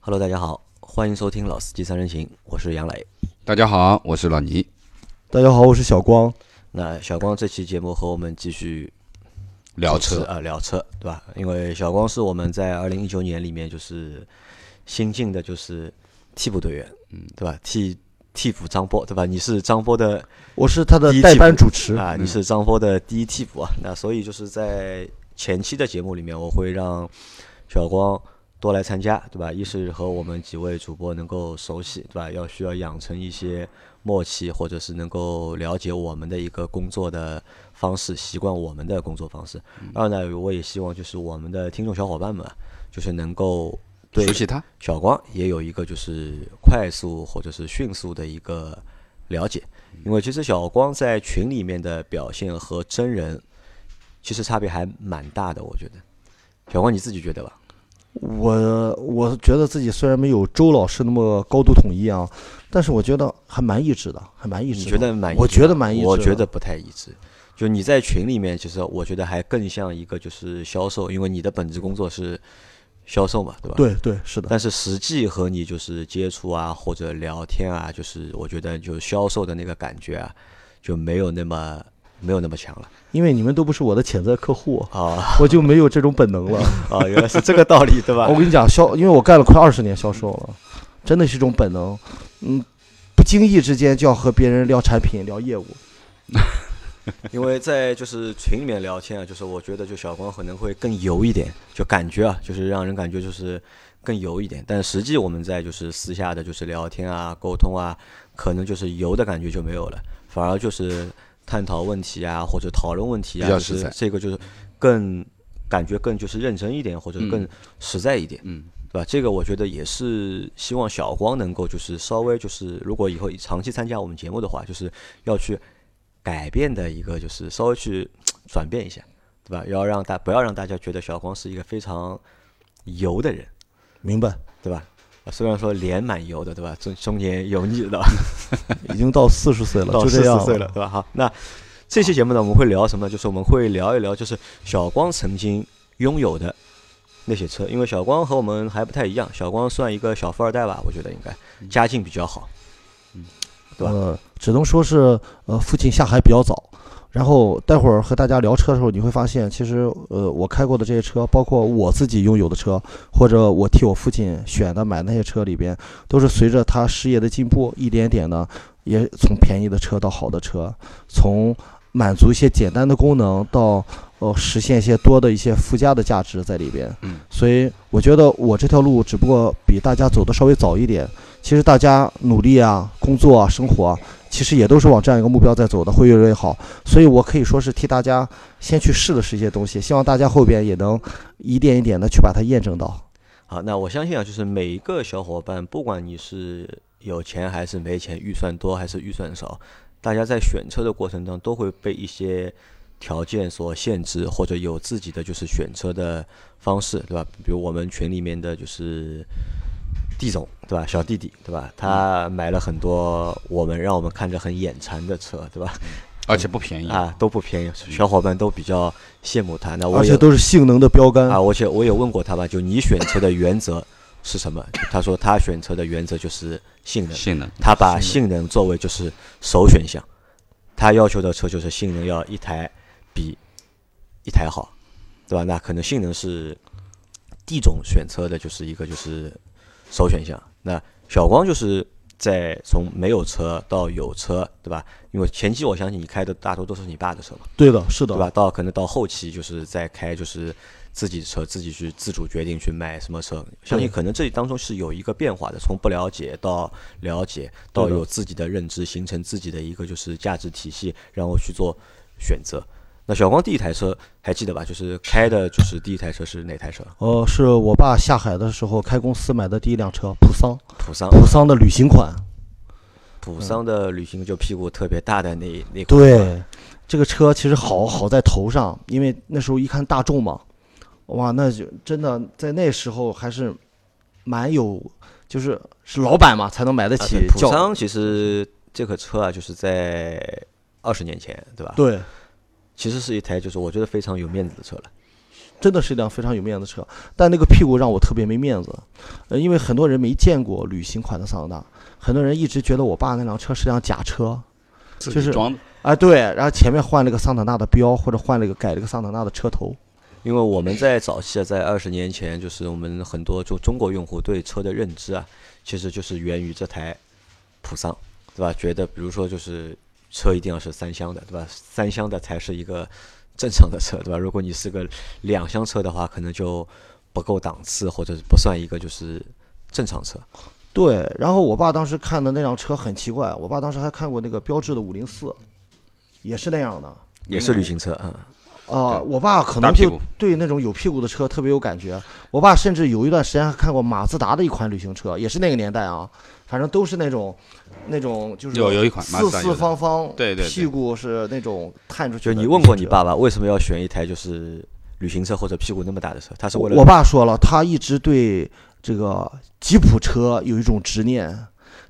Hello，大家好，欢迎收听《老司机三人行》，我是杨磊。大家好，我是老倪。大家好，我是小光。那小光这期节目和我们继续聊主持车，啊、聊车，对吧？因为小光是我们在二零一九年里面就是新进的，就是替补队员，嗯，对吧？替替补张波，对吧？你是张波的我是他的第一代季班度主持，嗯啊，你是张波的第一替补啊。那所以就是在前期的节目里面，我会让小光多来参加，对吧？一是和我们几位主播能够熟悉，对吧？要需要养成一些默契，或者是能够了解我们的一个工作的方式，习惯我们的工作方式。嗯二呢，我也希望就是我们的听众小伙伴们啊，就是能够对嗯熟悉他。小光也有一个就是快速或者是迅速的一个了解，因为其实小光在群里面的表现和真人其实差别还蛮大的，我觉得。小光你自己觉得吧？我我觉得自己虽然没有周老师那么高度统一啊，但是我觉得还蛮一致的，还蛮一致你的。觉得蛮一致吗？我觉得蛮一致的我觉得不太一致。就你在群里面，其实我觉得还更像一个就是销售，因为你的本职工作是销售嘛，对吧？对对是的，但是实际和你就是接触啊，或者聊天啊，就是我觉得就是销售的那个感觉啊，就没有那么没有那么强了因为你们都不是我的潜在客户，啊我就没有这种 本能了。啊，原来是这个道理， 对吧我？跟你讲，销，因为我干了快二十年销售了，真的是一种本能。嗯，不经意之间就要和别人聊产品、聊业务。因为在就是群里面聊天啊，就是我觉得就小光可能会更油一点，就感觉啊，就是让人感觉就是更油一点，但实际我们在就是私下的就是聊天啊、沟通啊，可能就是油的感觉就没有了，反而就是探讨问题啊，或者讨论问题啊，比较就实是在这个就是更感觉更就是认真一点，或者更实在一点。嗯，对吧？这个我觉得也是希望小光能够就是稍微就是，如果以后长期参加我们节目的话，就是要去改变的一个，就是稍微去转变一下，对吧？要让大不要让大家觉得小光是一个非常油的人，明白，对吧？啊虽然说脸蛮油的，对吧？中中年油腻 的，已经到四十岁 了，到就四这样十岁了，。对吧？好，那这期节目呢，我们会聊什么呢？就是我们会聊一聊，就是小光曾经拥有的那些车，因为小光和我们还不太一样，小光算一个小富二代吧，我觉得应该家境比较好。对吧呃，只能说是呃，父亲下海比较早。然后待会儿和大家聊车的时候，你会发现，其实呃，我开过的这些车，包括我自己拥有的车，或者我替我父亲选的买那些车里边，都是随着他事业的进步，一点点的，也从便宜的车到好的车，从满足一些简单的功能到呃实现一些多的一些附加的价值在里边。嗯，所以我觉得我这条路只不过比大家走的稍微早一点。其实大家努力啊，工作啊，生活啊，其实也都是往这样一个目标在走的，会越来越好。所以我可以说是替大家先去试了试一些东西，希望大家后边也能一点一点的去把它验证到。好，那我相信啊，就是每一个小伙伴，不管你是有钱还是没钱，预算多还是预算少，大家在选车的过程中都会被一些条件所限制，或者有自己的就是选车的方式，对吧？比如我们群里面的就是地总，对吧？小弟弟，对吧？他嗯买了很多我们让我们看着很眼馋的车，对吧？而且不嗯便宜。啊，都不便宜，小伙伴都比较羡慕他。那我而也且都是性能的标杆啊，而且我也问过他吧，就你选车的原则是什么？他说他选车的原则就是性能，性能，他把性能作为就是首选项，他要求的车就是性能要一台比一台好，对吧？那可能性能是地总选车的就是一个就是首选项。那小光就是在从没有车到有车，对吧？因为前期我相信你开的大多都是你爸的车嘛。对的，是的，对吧？到可能到后期就是再开就是自己车，自己去自主决定去买什么车。相信可能这当中是有一个变化的，从不了解到了解，到对的有自己的认知，形成自己的一个就是价值体系，然后去做选择。那小光第一台车还记得吧？就是开的就是第一台车是哪台车？呃，是我爸下海的时候开公司买的第一辆车，普桑，普桑，普桑的旅行款。普桑的旅行就屁股特别大的那那款车嗯对，这个车其实好好在头上，因为那时候一看大众嘛，哇，那就真的在那时候还是蛮有，就是是老板嘛才能买得啊起对普轿。桑其实这个车啊，就是在二十年前，对吧？对，其实是一台就是我觉得非常有面子的车了。真的是一辆非常有面子车，但那个屁股让我特别没面子，呃，因为很多人没见过旅行款的桑塔纳，很多人一直觉得我爸那辆车是辆假车，自就是己装的啊，对，然后前面换了个桑塔纳的标，或者换了一个改了个桑塔纳的车头，因为我们在早期啊，在二十年前，就是我们很多就中国用户对车的认知啊，其实就是源于这台普桑，对吧？觉得比如说就是车一定要是三厢的，对吧？三厢的才是一个正常的车，对吧？如果你是个两厢车的话，可能就不够档次，或者是不算一个就是正常车。对，然后我爸当时看的那辆车很奇怪，我爸当时还看过那个标致的五零四，也是那样的。也是旅行车啊、嗯啊、我爸可大能屁就股，对那种有屁股的车特别有感觉。我爸甚至有一段时间还看过马自达的一款旅行车，也是那个年代啊，反正都是那种，那种就是有有一款马四自达有四的方方，对对对屁股是那种探出去就的。你问过你？爸爸为什么要选一台就是旅行车或者屁股那么大的车？他是为了我爸说了，他一直对这个吉普车有一种执念，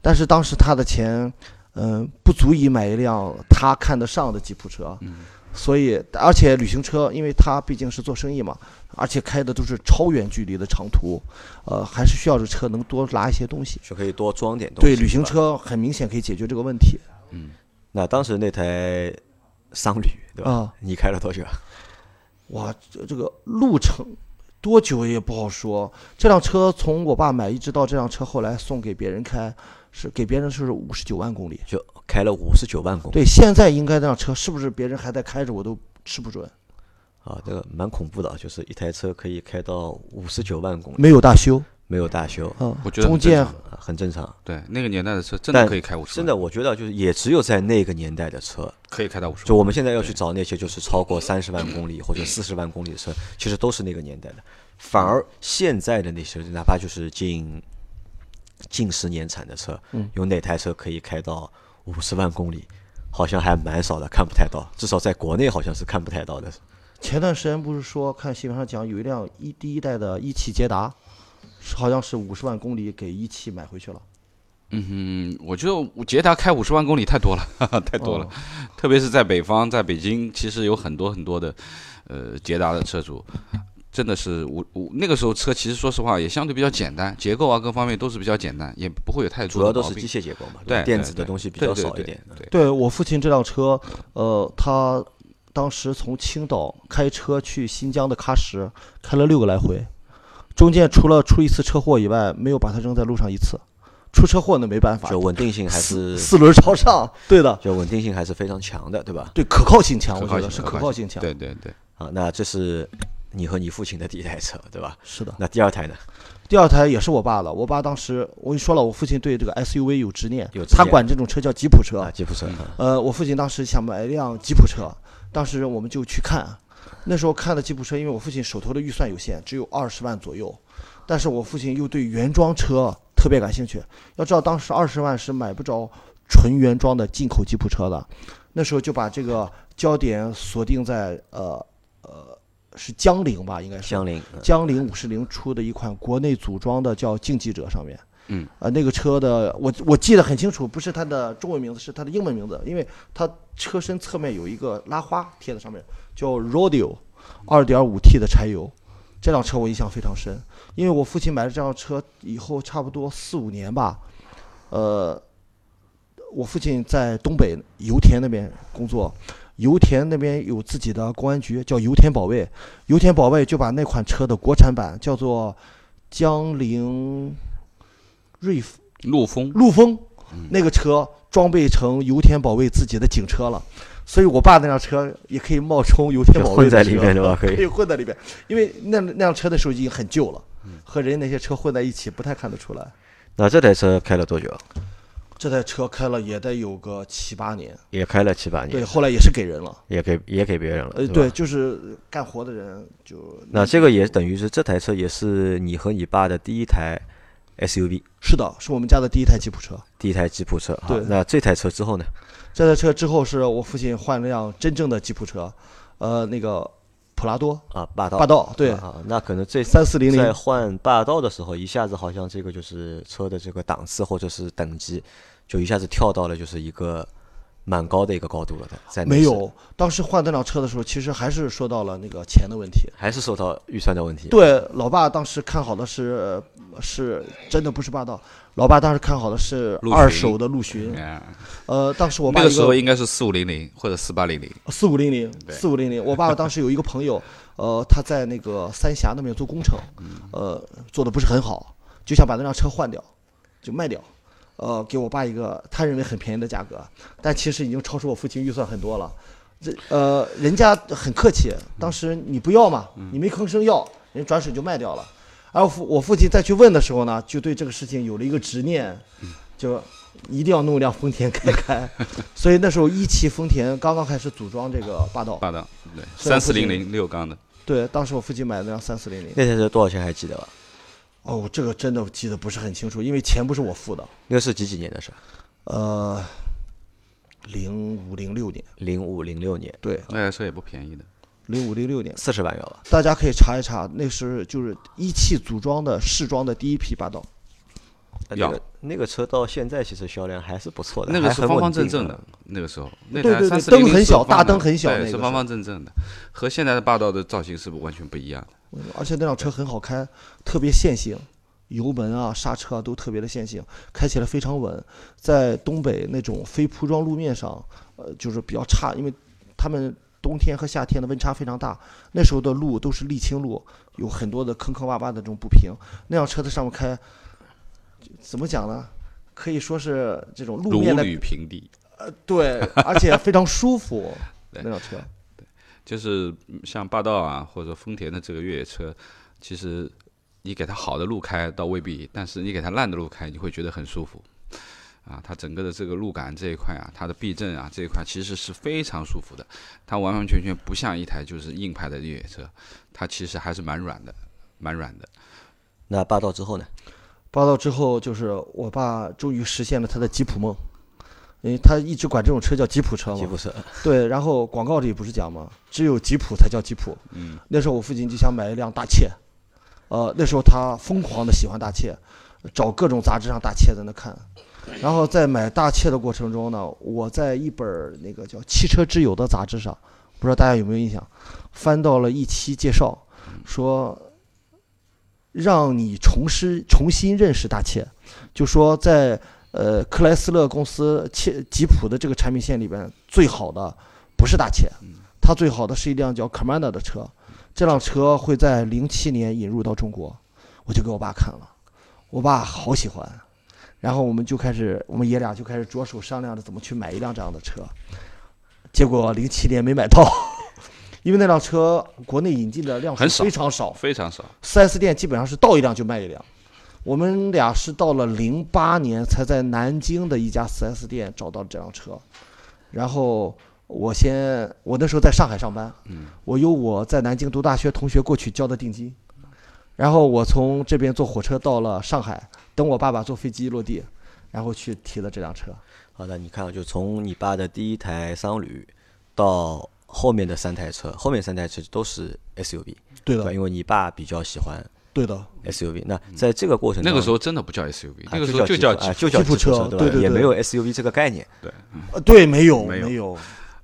但是当时他的钱，嗯、不足以买一辆他看得上的吉普车，嗯所以而且旅行车，因为他毕竟是做生意嘛，而且开的都是超远距离的长途，呃，还是需要这车能多拿一些东西。就可以多装点东西。对，旅行吧车很明显可以解决这个问题那当时那台商旅对吧？啊、你开了多久啊？哇，这这个路程多久也不好说。这辆车从我爸买一直到这辆车后来送给别人开，是给别人是五十九万公里。就开了五十九万公里对，现在应该那辆车是不是别人还在开着，我都吃不准。啊，这个蛮恐怖的啊，就是一台车可以开到五十九万公里，没有大修没有大修啊，我觉得中很间正常啊，很正常。对那个年代的车真的但可以开五十，真的，我觉得就是也只有在那个年代的车，可以开到五十，就我们现在要去找那些就是超过三十万公里或者四十万公里的车，其实都是那个年代的。反而现在的那些，哪怕就是近近十年产的车，嗯有哪台车可以开到五十万公里？好像还蛮少的，看不太到，至少在国内好像是看不太到的。前段时间不是说看新闻上讲有一辆一第一代的一汽捷达，是好像是五十万公里给一汽买回去了。嗯，我觉得捷达开五十万公里太多了， 哈哈，太啊多了，特别是在北方，在北京，其实有很多很多的，呃，捷达的车主，真的是我我那个时候车其实说实话也相对比较简单，结构啊各方面都是比较简单，也不会有太主多要的都毛是病机械结构嘛，对吧对电对子的对东西比对较对少一对点。对对我父亲这辆车，呃，他当时从青岛开车去新疆的喀什，开了六个来回，中间除了出一次车祸以外，没有把他扔在路上一次。出车祸那没办法，嗯就稳定性还四是四轮朝上，对的，就稳定性还是非常强的，对吧？对，可靠性强，可我觉靠得性是可可靠靠性强，对对对，啊，那这是你和你父亲的第一台车，对吧？是的。那第二台呢？第二台也是我爸的，我爸当时我跟你说了，我父亲对这个 SUV 有执念，有执他念管这种车叫吉普车，啊，吉普车啊，呃，我父亲当时想买一辆吉普车，当时我们就去看，那时候看的吉普车，因为我父亲手头的预算有限，只有二十万左右，但是我父亲又对原装车特别感兴趣。要知道当时二十万是买不着纯原装的进口吉普车的，那时候就把这个焦点锁定在呃呃是江铃吧，应嗯该是江铃啊江铃五十铃出的一款国内组装的叫竞技者上面。嗯，呃，那个车的我我记得很清楚，不是它的中文名字，是它的英文名字，因为它车身侧面有一个拉花贴在上面，叫 Rodeo，二点五 T 的柴油。这辆车我印象非常深，因为我父亲买了这辆车以后，差不多四五年吧，呃，我父亲在东北油田那边工作，油田那边有自己的公安局，叫油田保卫，油田保卫就把那款车的国产版叫做江铃瑞福陆风陆风嗯那个车装备成油田保卫自己的警车了，所以我爸那辆车也可以冒充油田就保卫 混的在车里面，对吧？可 可以。以混在里边，因为那那辆车的时候已经很旧了，嗯和人家那些车混在一起不太看得出来。那这台车开了多久？啊这台车开了也得有个七八年，也开了七八对，年，后来也是给人了，也给也给别人了，呃，吧对，。就是干活的人就那这个也等于是这台车也是你和你爸的第一台 SUV，是的，是我们家的第一台吉普车。第一台吉普车啊对。那这台车之后呢？这台车之后是我父亲换了辆真正的吉普车，呃，那个普拉多啊，霸道霸道，对，啊，那可能这三四零在零，换霸道的时候，一下子好像这个就是车的这个档次或者是等级，就一下子跳到了就是一个蛮高的一个高度了的，在内没饰有，当时换那辆车的时候，其实还是说到了那个钱的问题。还是受到预算的问题。，啊对，老爸当时看好的是呃是真的不是霸道，老爸当时看好的是陆二巡手的陆巡。嗯呃，当时我爸那个一时候应该是四五零零或者四八零零，四五零零，四五零零。我爸爸当时有一个朋友，呃，他在那个三峡那边做工程，呃，做的不是很好，就想把那辆车换掉，就卖掉，呃，给我爸一个他认为很便宜的价格，但其实已经超出我父亲预算很多了。这呃，人家很客气，当时你不要嘛，你没吭声要，人转手就卖掉了。而我父我父亲再去问的时候呢，就对这个事情有了一个执念，就一定要弄一辆丰田开开。所以那时候一汽丰田刚刚开始组装这个霸道，霸道，对，虽三然不四是零零六缸的，对，当时我父亲买的那辆三四零零，那台车多少钱还记得吧？哦，这个真的记得不是很清楚，因为钱不是我付的，那个是几几年的事？呃，零五零六年，零五零六年，对，那台车也不便宜的。零五零六年，四十万元吧。大家可以查一查，那是就是一汽组装的试装的第一批霸道，那要这个那个车到现在其实销量还是不错的，那个还是很方稳方正定正的的，，那个时候那对台对三对四零灯很小大灯的很小那对，个是时方候方正正的，和现在的霸道的造型是不完全不一样的。而且那辆车很好开，特别线性，油门啊、刹车啊都特别的线性，开起来非常稳。在东北那种非铺装路面上，呃，就是比较差，因为他们冬天和夏天的温差非常大，那时候的路都是沥青路，有很多的坑坑洼洼的这种不平。那辆车在上面开，怎么讲呢？可以说是这种路如面的呃履平地，对，而且非常舒服。对那辆车，就是嗯像霸道啊或者丰田的这个越野车，其实你给它好的路开倒未必，但是你给它烂的路开，你会觉得很舒服。啊，它整个的这个路感这一块啊，它的避震啊这一块其实是非常舒服的，它完完全全不像一台就是硬派的越野车，它其实还是蛮软的，蛮软的。那霸道之后呢？霸道之后，就是我爸终于实现了他的吉普梦，因为他一直管这种车叫吉普车吉嘛。普车，对，然后广告里不是讲嘛，只有吉普才叫吉普。嗯，那时候我父亲就想买一辆大切，呃，那时候他疯狂的喜欢大切，找各种杂志上大切在那看。然后在买大切的过程中呢，我在一本儿那个叫《汽车之友》的杂志上，不知道大家有没有印象，翻到了一期介绍，说让你重施重新认识大切，就说在呃克莱斯勒公司切吉普的这个产品线里边，最好的不是大切，它最好的是一辆叫 Commander 的车，这辆车会在零七年引入到中国，我就给我爸看了，我爸好喜欢，然后我们就开始，我们爷俩就开始着手商量着怎么去买一辆这样的车，结果零七年没买到，因为那辆车国内引进的量很数少非常少，哦非常少， 4S 店基本上是到一辆就卖一辆。我们俩是到了零八年才在南京的一家 4S 店找到这辆车，然后我先我那时候在上海上班，我有我在南京读大学同学过去交的定金，然后我从这边坐火车到了上海，等我爸爸坐飞机落地，然后去提的这辆车。好的，你看啊，就从你爸的第一台商旅到后面的三台车，后面三台车都是 SUV，对吧？，因为你爸比较喜欢对的， SUV。那在这个过程嗯那中，个时候真的不叫 SUV，啊那个时候就叫叫吉普啊吉就叫吉普吉普车对吧？对对也对没有 SUV 这个概念，对呃，对，没有没有没有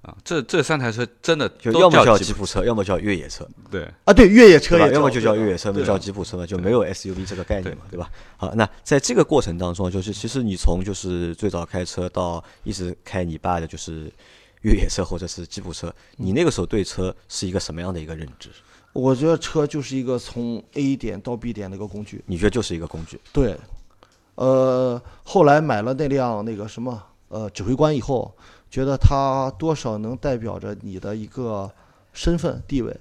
啊，这这三台车真的就都要么叫吉吉普车，要么叫越野车。普，对，啊，对，越野车对吧？也要么就叫对的越野车，没对啊叫的吉普车嘛，就没有 SUV 这个概念嘛，对吧？好，那在这个过程当中，就是其实你从就是最早开车到一直开你爸的就是越野车或者是吉普车，你那个时候对车是一个什么样的一个认知？我觉得车就是一个从 A 点到 B 点的一个工具。你觉得就是一个工具？对，呃，后来买了那辆那个什么呃指挥官以后，觉得它多少能代表着你的一个身份地位，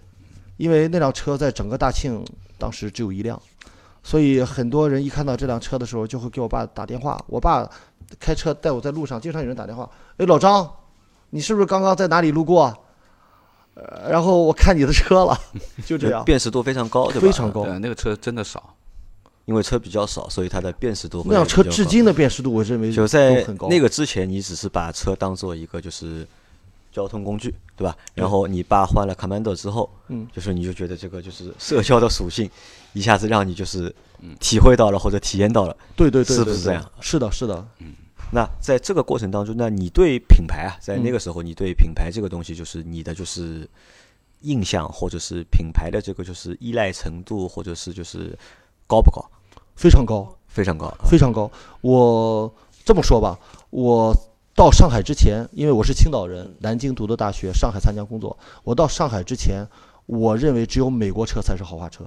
因为那辆车在整个大庆当时只有一辆，所以很多人一看到这辆车的时候，就会给我爸打电话。我爸开车带我在路上，经常有人打电话，哎，老张，你是不是刚刚在哪里路过？呃，然后我看你的车了，就这样。辨识度非常 高，对吧？非常高对，呃那个车真的少，因为车比较少，所以它的辨识度会那辆车比较至高今的辨识度，我认为就都在很高。那个之前，你只是把车当做一个就是交通工具，对吧？然后你爸换了 Commando 之后，嗯，就是你就觉得这个就是社交的属性，一下子让你就是体会到了或者体验到了，对对对，是对不是对这样是的，是的。那在这个过程当中，那你对品牌啊，在那个时候，你对品牌这个东西，就是你的就是印象，或者是品牌的这个就是依赖程度，或者是就是高不高？非常高，非常高啊，非常高。我这么说吧，我到上海之前，因为我是青岛人，南京读的大学，上海参加工作。我到上海之前，我认为只有美国车才是豪华车。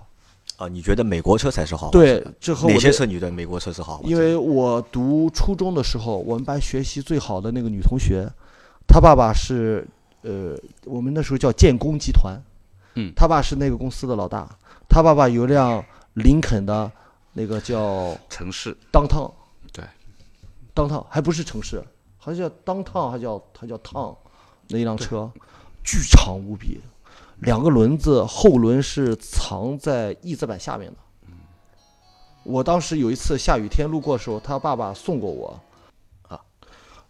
啊！你觉得美国车才哦是豪华？，对，这和我哪些的车你觉得美国车是豪华车？因为我读初中的时候，我们班学习最好的那个女同学，她爸爸是呃，我们那时候叫建工集团，嗯她爸是那个公司的老大，她爸爸有辆林肯的那个叫城市当烫，对，当烫还不是城市，好像叫当烫，还叫还叫烫，那一辆车巨长无比，两个轮子后轮是藏在翼子板下面的。我当时有一次下雨天路过的时候，他爸爸送过我，啊，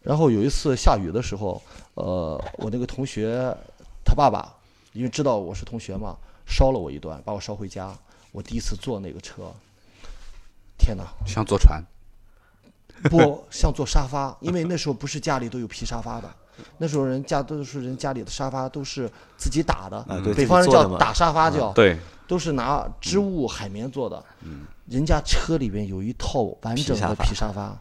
然后有一次下雨的时候，呃，我那个同学他爸爸因为知道我是同学嘛，捎了我一段，把我捎回家。我第一次坐那个车，天哪！像坐船， 不像坐沙发，因为那时候不是家里都有皮沙发的，那时候人家都是人家里的沙发都是自己打的，啊，对，北方人自己做的叫嘛嗯打沙发叫，对，都是拿织物海绵做的。人家车里边有一套完整的皮皮沙发，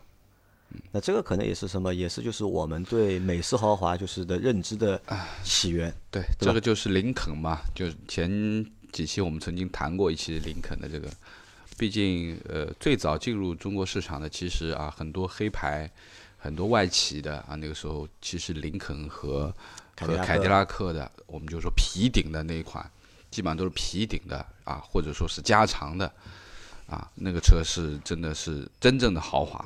那这个可能也是什么，也是就是我们对美式豪华就是的认知的起源。对，这个就是林肯嘛，就是前几期我们曾经谈过一期林肯的这个，毕竟呃最早进入中国市场的其实啊很多黑牌，很多外企的啊那个时候其实林肯和凯迪和拉克凯迪拉克的，我们就说皮顶的那一款，基本上都是皮顶的啊，或者说是加长的啊，那个车是真的是真正的豪华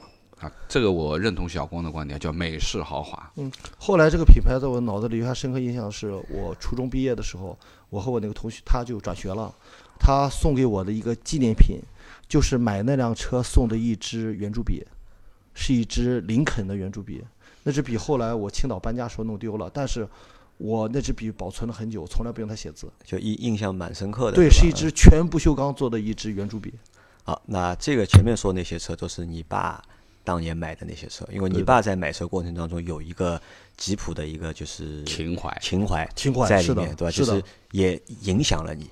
啊，这个我认同小光的观点，叫美式豪华。后来这个品牌在我脑子里留下深刻印象，是我初中毕业的时候，我和我那个同学他就转学了，他送给我的一个纪念品，就是买那辆车送的一支圆珠笔，是一支林肯的圆珠笔。那支笔后来我青岛搬家时候弄丢了，但是我那支笔保存了很久，从来不用它写字。就印印象蛮深刻的。对，吧是一支全不锈钢做的一支圆珠笔。好，那这个前面说那些车都是你爸当年买的那些车，因为你爸在买车过程当中有一个吉普的一个就是情怀情怀情怀在是里的面，对吧？是就的是也影响了你，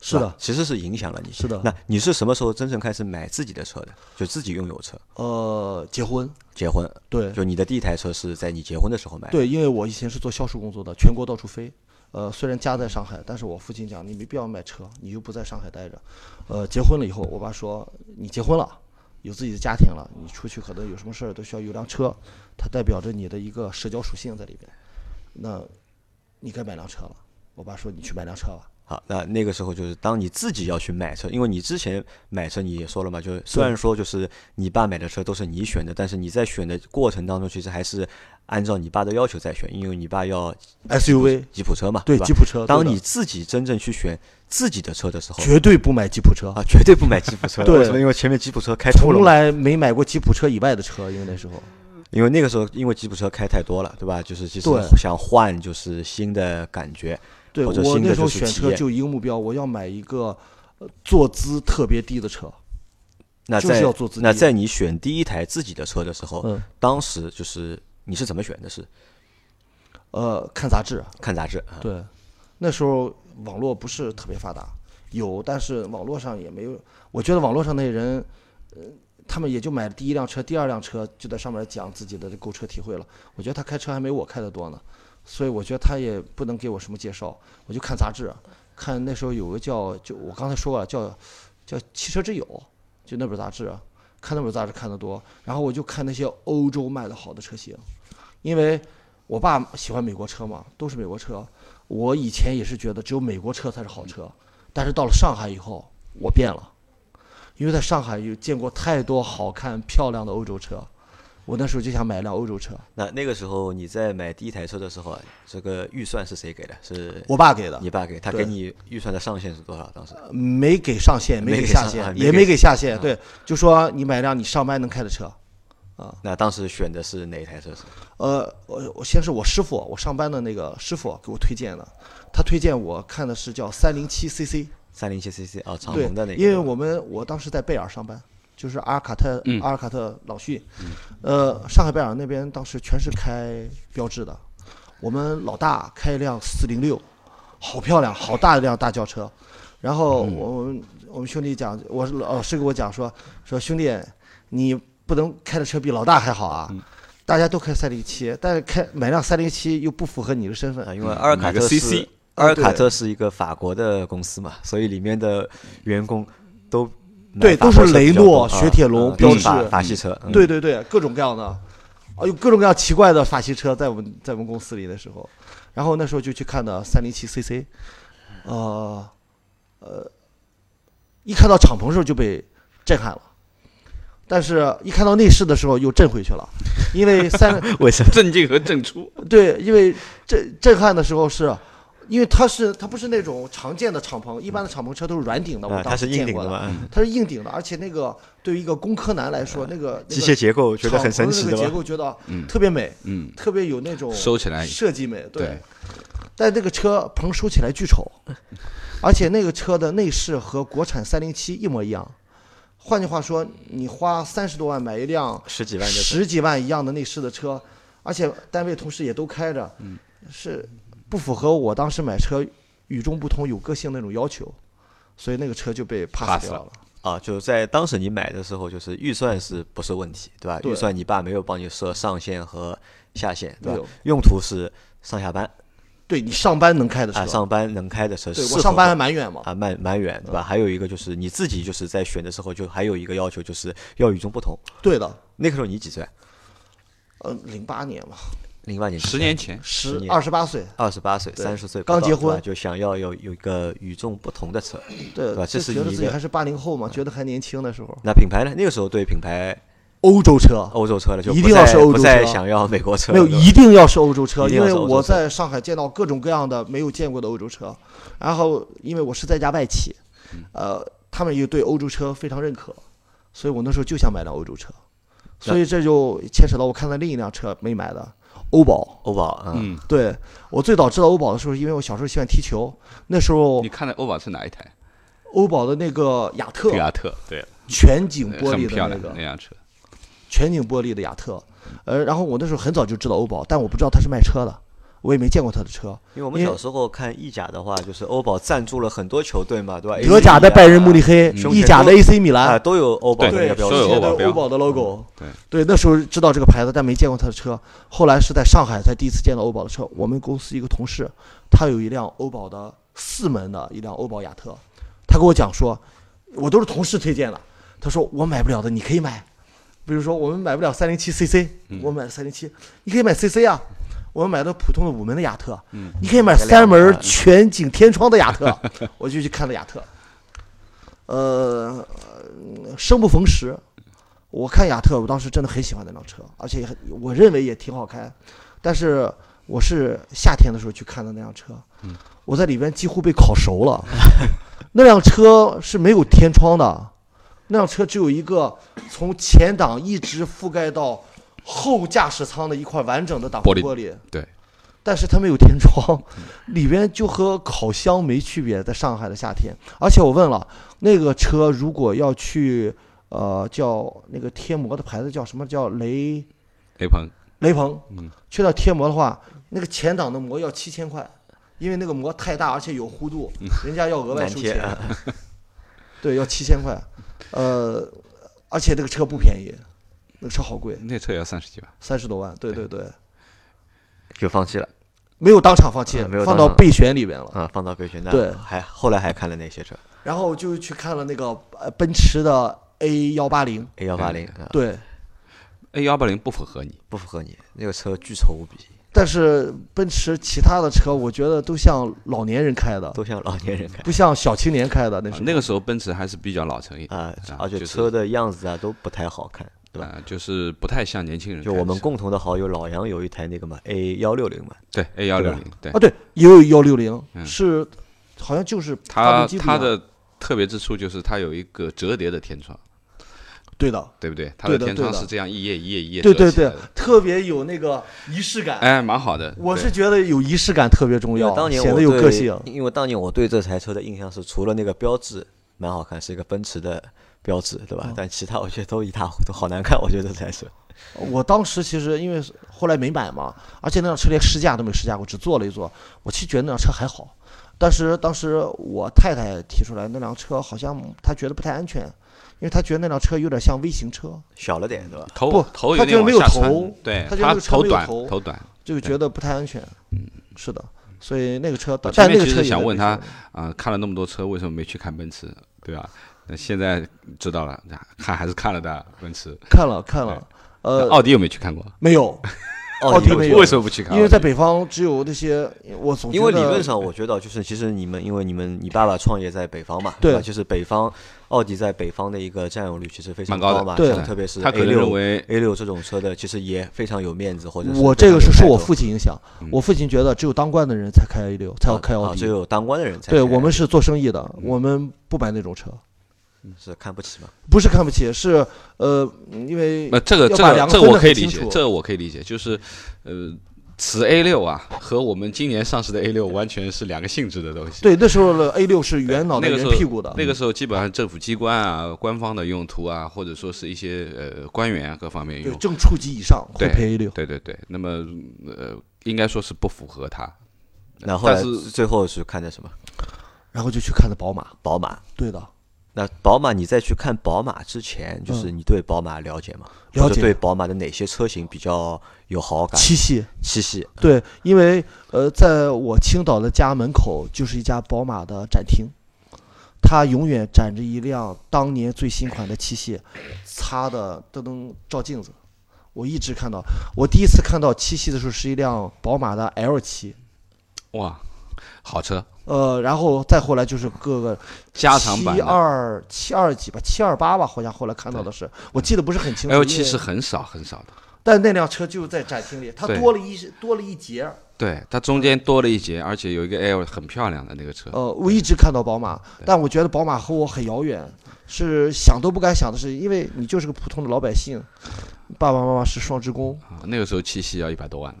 是吧的，其实是影响了你。是的那你是什么时候真正开始买自己的车的？就自己拥有车？呃，结婚，结婚？对，就你的第一台车是在你结婚的时候买的？对，因为我以前是做销售工作的，全国到处飞。呃，虽然家在上海，但是我父亲讲你没必要买车，你又不在上海待着。呃，结婚了以后，我爸说你结婚了，有自己的家庭了，你出去可能有什么事儿都需要有辆车，它代表着你的一个社交属性在里边。那你该买辆车了。我爸说你去买辆车吧。好，那那个时候就是当你自己要去买车，因为你之前买车你也说了嘛，就是虽然说就是你爸买的车都是你选的，但是你在选的过程当中，其实还是按照你爸的要求在选，因为你爸要 SUV 吉普车嘛，对吧吉普车，对当的你自己真正去选自己的车的时候，绝对不买吉普车啊，，绝对不买吉普 车，对为什么？因为前面吉普车开吐了从嘛，来没买过吉普车以外的车，因为那时候因为那个时候因为吉普车开太多了，对吧？就是其实对想换就是新的感觉，对或者我新那的时候就是选体车验就一个目标，我要买一个呃坐姿特别低的车。那就是在要做自那己在你选第一台自己的车的时候，嗯当时就是你是怎么选的？是呃，看杂志。看杂志啊？对，那时候网络不是特别发达，有，但是网络上也没有。我觉得网络上那些人，呃，他们也就买第一辆车、第二辆车，就在上面讲自己的购车体会了。我觉得他开车还没我开的多呢，所以我觉得他也不能给我什么介绍，我就看杂志，看那时候有个叫，就我刚才说过了，叫叫《汽车之友》，就那本杂志。啊看那本杂志看得多，然后我就看那些欧洲卖的好的车型，因为我爸喜欢美国车嘛，都是美国车。我以前也是觉得只有美国车才是好车，但是到了上海以后，我变了，因为在上海有见过太多好看漂亮的欧洲车，我那时候就想买一辆欧洲车，那那个时候你在买第一台车的时候，啊，这个预算是谁给的？是我爸给的你，爸给他啊对给你预算的上限是多少？当时没给上限，没给给下上啊限，没给也啊没给下限，对，就说你买辆你上班能开的车。啊那当时选的是哪一台车是？呃，我我先是我师傅，我上班的那个师傅给我推荐的，他推荐我看的是叫三零七 CC，三零七 CC 啊，敞对篷的那个。，因为我们我当时在贝尔上班，就是阿尔卡特、嗯阿尔卡特朗讯，嗯呃，上海拜尔那边当时全是开标致的，我们老大开一辆四零六，好漂亮，好大一辆大轿车。然后嗯我我们我们兄弟讲，我是老师给我讲说说兄弟，你不能开的车比老大还好嗯啊，大家都开三零七，但是开买辆三零七又不符合你的身份啊，，因为阿尔卡买个特 CC 是阿尔卡啊对特是一个法国的公司嘛，所以里面的员工都买对法都国是车比雷较多诺啊雪铁龙嗯标都是法致法系车，嗯对对对，各种各样的，啊，有各种各样奇怪的法系车在我们在我们公司里的时候，然后那时候就去看的三零七 CC，呃呃，一看到敞篷的时候就被震撼了。但是，一看到内饰的时候又震回去了，因为三 为什么？正进和正出，对，因为震震撼的时候是，因为它是它不是那种常见的敞篷，一般的敞篷车都是软顶的，我啊，它当时是硬见顶过的嘛，它是硬顶的，而且那个对于一个工科男来说，那个那机个械结构觉得很神奇敞篷的的那个结吧？构觉得嗯特别美，嗯，特别有那种收起哎来设计美。对，但这个车棚收起来 巨丑，而且那个车的内饰和国产三零七一模一样。换句话说，你花三十多万买一辆十几万就十几万一样的内饰的车，而且单位同事也都开着，嗯是不符合我当时买车与众不同、有个性那种要求，所以那个车就被 Pass pass 掉了了。啊，就在当时你买的时候，就是预算是不是问题，对吧？对预算你爸没有帮你设上限和下限，对没吧有？用途是上下班对你上班能开的车，啊，上班能开的车，对适我合上班还嗯蛮远嘛，啊，蛮蛮远，对吧？还有一个就是你自己就是在选的时候，就还有一个要求就是要与众不同。对的，那个时候你几岁？呃，零八年嘛，零八年，十年前，十十年二十八岁，二十八岁，对三十岁不刚到结对吧婚就想要有有一个与众不同的车。对对吧这就是嗯觉得一自己个还是八零后嘛，觉得还年轻的时候，那品牌呢？那个时候对品牌欧洲车欧洲车了，就一不定要再是欧不洲再车想要美国车没有了对吧一定要是欧洲车，一定因要是为欧洲我车在上海见到各种各样的没有见过的欧洲车，然后因为我是在家外企，呃，他们又对欧洲车非常认可，所以我那时候就想买辆欧洲车，所以这就牵扯到我看到另一辆车没买的欧宝。欧宝啊，嗯，对我最早知道欧宝的时候，因为我小时候喜欢踢球，那时候你看的欧宝是哪一台？欧宝的那个雅特比亚特，对，全景嗯玻很璃漂的亮那个那，辆车，全景玻璃的雅特，呃，然后我那时候很早就知道欧宝，但我不知道他是卖车的，我也没见过他的车。因为我们因小为时候看意甲的话，就是欧宝赞助了很多球队嘛，对吧？德甲的 AC 啊拜仁慕尼黑，嗯意甲的 AC 米啊，兰，都有欧宝的那对个，标都志有欧这些宝都标是欧宝的 logo。对，对，那时候知道这个牌子，但没见过他的车。后来是在上海才第一次见到欧宝的车。我们公司一个同事，他有一辆欧宝的四门的一辆欧宝雅特，他跟我讲说，我都是同事推荐的。他说我买不了的，你可以买。比如说我们买不了三零七 CC，我买了三零七，你可以买 CC 啊。我们买的普通的五门的雅特，你可以嗯买三门全景天窗的雅 特，我就去看了雅特。呃，生不逢时。我看雅特，我当时真的很喜欢那辆车，而且也很，我认为也挺好开。但是我是夏天的时候去看的那辆车，嗯我在里边几乎被烤熟了。 那辆车是没有天窗的，那辆车只有一个从前挡一直覆盖到后驾驶舱的一块完整的挡风玻璃玻璃对，但是它没有天窗， 里边就和烤箱没区别，在上海的夏天。而且我问了，那个车如果要去呃叫那个贴膜的牌子叫什么叫雷雷鹏，雷鹏，嗯去到贴膜的话，那个前挡的膜要七千块，因为那个膜太大，而且有弧度，人家要额外南收嗯贴钱，啊，对，要七千块，呃，而且这个车不便宜，那个车好贵，那车也要三十几万，三十多万，对对对， 就放 弃了没有当场放弃，嗯没有放当到场备选里边了。啊，放到格选那对还后来还看了哪些车然后就去看了那个呃奔驰的 A 幺八零， ？A 幺八零啊，对，嗯 A 幺八零不符合你，不符合你，那个车巨丑无比，但是奔驰其他的车我觉得都像老年人开的，都像老年人开不像小青年开的那啊是、那个时候奔驰还是比较老成一，啊啊，而且就是车的样子啊都不太好看，对吧？啊，就是不太像年轻人开就的车。我们共同的好友老杨有一台那个嘛 A 幺六零嘛，对 A 幺六零，对啊，对，也有幺六零嗯是好像就是发它动机不一它样的特别之处就是它有一个折叠的天窗，对的，对不对？它的对的天窗对的是这样一页一页一页对折对起来对的，，特别有那个仪式感。哎，蛮好的。我对是觉得有仪式感特别重因要为，当年显我得有对个性。因为当年我对这台车的印象是，除了那个标志蛮好看，是一个奔驰的标志，对吧？嗯但其他我觉得都一塌糊涂，好难看，我觉得才是。我当时其实因为是后来没买嘛，而且那辆车连试驾都没试驾过，只坐了一坐。我其实觉得那辆车还好，但是当时我太太提出来那辆车好像她觉得不太安全，因为她觉得那辆车有点像微型车，小了点，对吧？头不头有他觉点得没往有下穿头，对他觉得他这个车没有短头头短就觉得不太安全。嗯，是的，所以那个车，我但前面那个其实车也想在问北他京啊、看了那么多车，为什么没去看奔驰，对吧？那现在知道了，啊看 还是看了的奔驰。看了看了，那呃，奥迪有没有去看过？没有，奥迪有没这个为什么不去看？因为在，北方只有那些我总因为觉理得论上，我觉得就是其实你们，因为你们你爸爸创业在北方嘛，对吧？就是北方奥迪在北方的一个占有率其实非常蛮高的嘛，对像特别是他 A 可能认六为 A 六这种车的，其实也非常有面子，或者是我非常这个是有受派我头父亲影响，我父亲觉得只有当官的人才开 A 六，才要开啊奥啊只迪。有当官的人才对开我们是做生意的，我们不买那种车，是看不起嘛。不是看不起，是呃，因为那这个要这把个两个这个分我得可以很理清解楚，这个我可以理解，就是呃，此 A 六啊和我们今年上市的 A 六完全是两个性质的东西。对那时候的 A 六是圆脑袋那个圆时候屁股的，那个时候基本上政府机关啊、官方的用途啊，或者说是一些呃官员啊各方面对用，正处级以上会对配 A 六，对对对，那么呃应该说是不符合它。然后来但是最后是看的什么？然后就去看的宝马，宝马。对的，那宝马，你在去看宝马之前，就是你对宝马了解吗？嗯了或者解对宝马的哪些车型比较有好感？七系。七系对，因为呃，在我青岛的家门口就是一家宝马的展厅，它永远展着一辆当年最新款的七系，擦的都能照镜子。我一直看到，我第一次看到七系的时候是一辆宝马的 L 七，哇，好车，呃，然后再后来就是各个加长版七的二七二几吧，七二八吧，好像后来看到的是，我记得不是很清楚。 L 因七为是很少很少的，但那辆车就在展厅里，它对多了一多了一节儿。对，它嗯中间多了一节，而且有一个 L 很漂亮的那个车，哦呃，我一直看到宝马，但我觉得宝马和我很遥远，是想都不敢想的事，因为你就是个普通的老百姓，爸爸妈妈是双职工，啊那个时候七系要一百多万了，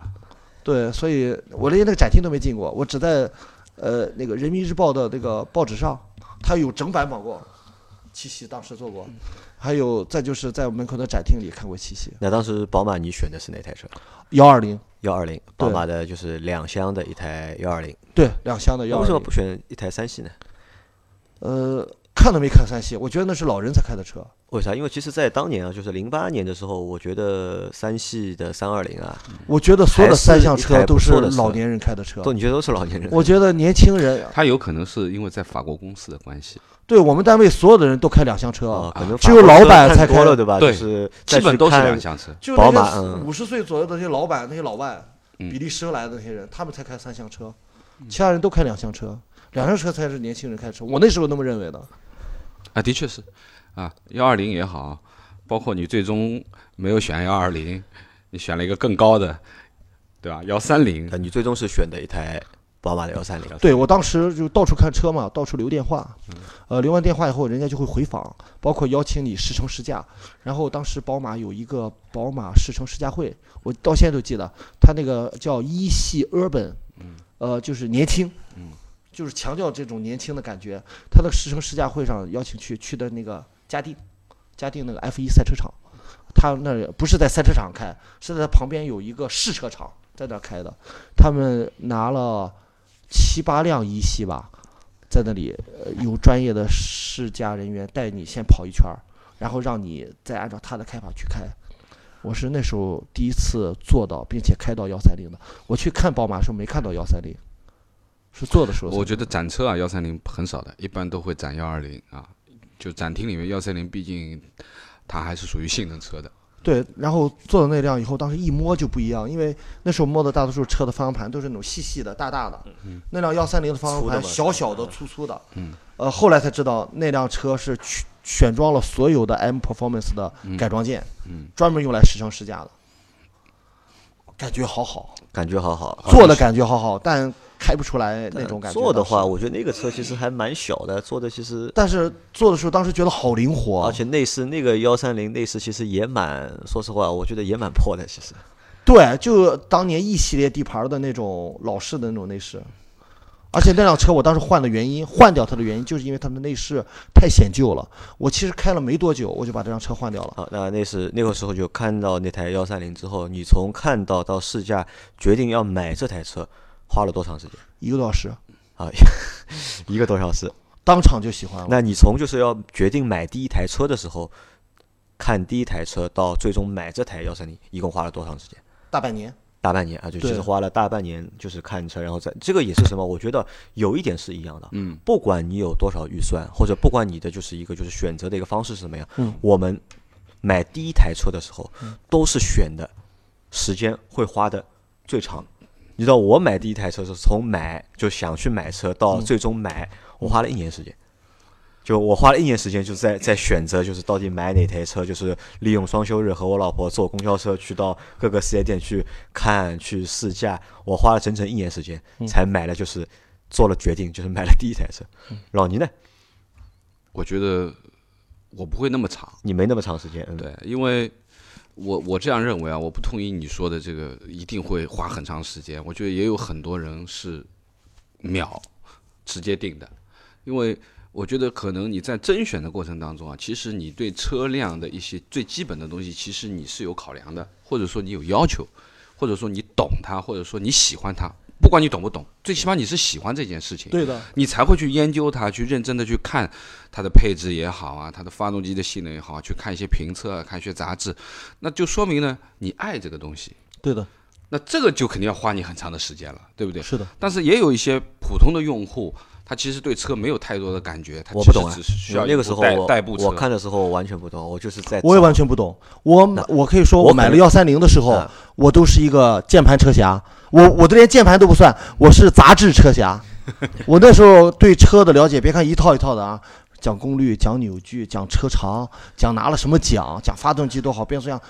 对，所以我连那个展厅都没进过，我只在呃那个人民日报的那个报纸上，它有整版广告，七系当时做过，还有再就是在门口的展厅里看过七系那当时宝马你选的是哪台车？幺二零，幺二零，宝马的就是两厢的一台幺二零。对，两厢那的呃幺为二什么零不，选一台三系呢？呃，看都没看三系，我觉得那是老人才开的车，为啥？因为其实，在当年啊，就是零八年的时候，我觉得三系的三二零啊，我觉得所有的还是三厢一台车都不是错的车老年人开的车。都你觉得都是老 年人？我觉得年轻人，它有可能是因为在法国公司的关系，对我们单位所有的人都开两厢车，啊，可能只有法国老车板看才开多了，对吧？对就是基再本去都是看两厢车，就宝那马些嗯五十岁左右的那些老板、那些老外，嗯比利时来的那些人，他们才开三厢车，其他人都开两厢车，两厢车才是年轻人开车。我那时候那么认为的。啊，的确是，啊，幺二零也好，包括你最终没有选幺二零，你选了一个更高的，对吧？幺三零那，你最终是选的一台宝马的幺三零。对我当时就到处看车嘛，到处留电话，呃，留完电话以后，人家就会回访，包括邀请你试乘试驾。然后当时宝马有一个宝马试乘试驾会，我到现在都记得，它那个叫一系 Urban，呃，就是年轻，就是强调这种年轻的感觉。它的试乘试驾会上邀请去去的那个嘉定，嘉定那个 F 一赛车场，他那儿不是在赛车场开，是在旁边有一个试车场，在那儿开的。他们拿了七八辆一系吧，在那里、呃、有专业的试驾人员带你先跑一圈儿，然后让你再按照他的开法去开。我是那时候第一次做到，并且开到幺三零的。我去看宝马的时候没看到幺三零，是做的时候才。我觉得展车啊，幺三零很少的，一般都会展幺二零啊，就展厅里面幺三零，毕竟它还是属于性能车的。对，然后坐到那辆以后，当时一摸就不一样，因为那时候摸的大多数车的方向盘都是那种细细的、大大的，那辆幺三零的方向嗯粗的盘嘛小小的、粗粗的。嗯。呃，后来才知道那辆车是选选装了所有的 M Performance 的改装件，嗯，专门用来试乘试驾的，感觉好好，感觉好啊好。坐的感觉好好，但开不出来那种感觉。坐的话，当时，我觉得那个车其实还蛮小的，坐的其实，但是坐的时候当时觉得好灵活，啊而且内饰那个幺三零内饰其实也蛮，说实话，我觉得也蛮破的。其实对，就当年 E 系列底盘的那种老式的那种内饰，而且那辆车我当时换的原因，换掉它的原因就是因为它的内饰太显旧了。我其实开了没多久，我就把这辆车换掉了。好，啊那那是那个时候就看到那台幺三零之后，你从看到到试驾决定要买这台车，花了多长时间？一个多小时，啊，一个多小时。当场就喜欢了。那你从就是要决定买第一台车的时候，看第一台车到最终买这台幺三零，一共花了多长时间？大半年，大半年啊，就其对实花了大半年，就是看车，然后再这个也是什么？我觉得有一点是一样的，嗯，不管你有多少预算，或者不管你的就是一个就是选择的一个方式是什么样，嗯，我们买第一台车的时候，都是选的时间会花的最长。你知道我买第一台车是从买就想去买车到最终买，嗯我花了一年时间。就我花了一年时间，就在在选择，就是到底买哪台车，就是利用双休日和我老婆坐公交车去到各个四 S 店去看、去试驾。我花了整整一年时间嗯才买了，就是做了决定，就是 买了第一台车。嗯老倪呢，我觉得我不会那么长。你没那么长时间，嗯，对，因为我我这样认为啊，我不同意你说的这个一定会花很长时间。我觉得也有很多人是秒直接定的，因为我觉得可能你在甄选的过程当中啊，其实你对车辆的一些最基本的东西，其实你是有考量的，或者说你有要求，或者说你懂它，或者说你喜欢它。不管你懂不懂，最起码你是喜欢这件事情。对的，你才会去研究它，去认真的去看它的配置也好啊，它的发动机的性能也好，啊去看一些评测啊，看一些杂志，那就说明呢，你爱这个东西。对的，那这个就肯定要花你很长的时间了，对不对？是的，但是也有一些普通的用户，他其实对车没有太多的感觉，他我不懂啊其实只是需要那个时候一部我代代步车。我看的时候我完全不懂，我就是在我也完全不懂。我买我可以说，我我可买了能幺三零的时候啊，我都是一个键盘车侠，我我的连键盘都不算，我是杂志车侠。我那时候对车的了解，别看一套一套的啊，讲功率、讲扭矩、讲车长、讲拿了什么奖、讲发动机多好、变速箱，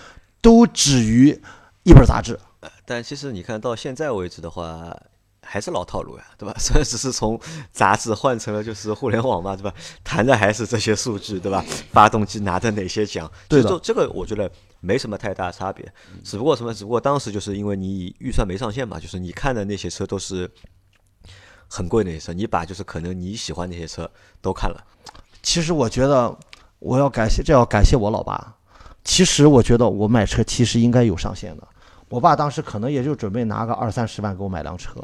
都止于一本杂志。但其实你看到现在为止的话，还是老套路呀，对吧？ 虽然只是从杂志换成了就是互联网嘛，对吧？谈的还是这些数据，对吧？发动机拿的哪些奖？对的嗯就这个我觉得没什么太大差别，只不过什么？只不过当时就是因为你预算没上限嘛，就是你看的那些车都是很贵的那些车，你把就是可能你喜欢那些车都看了，其实我觉得，我要感谢，这要感谢我老爸。其实我觉得我买车其实应该有上限的。我爸当时可能也就准备拿个二三十万给我买辆车。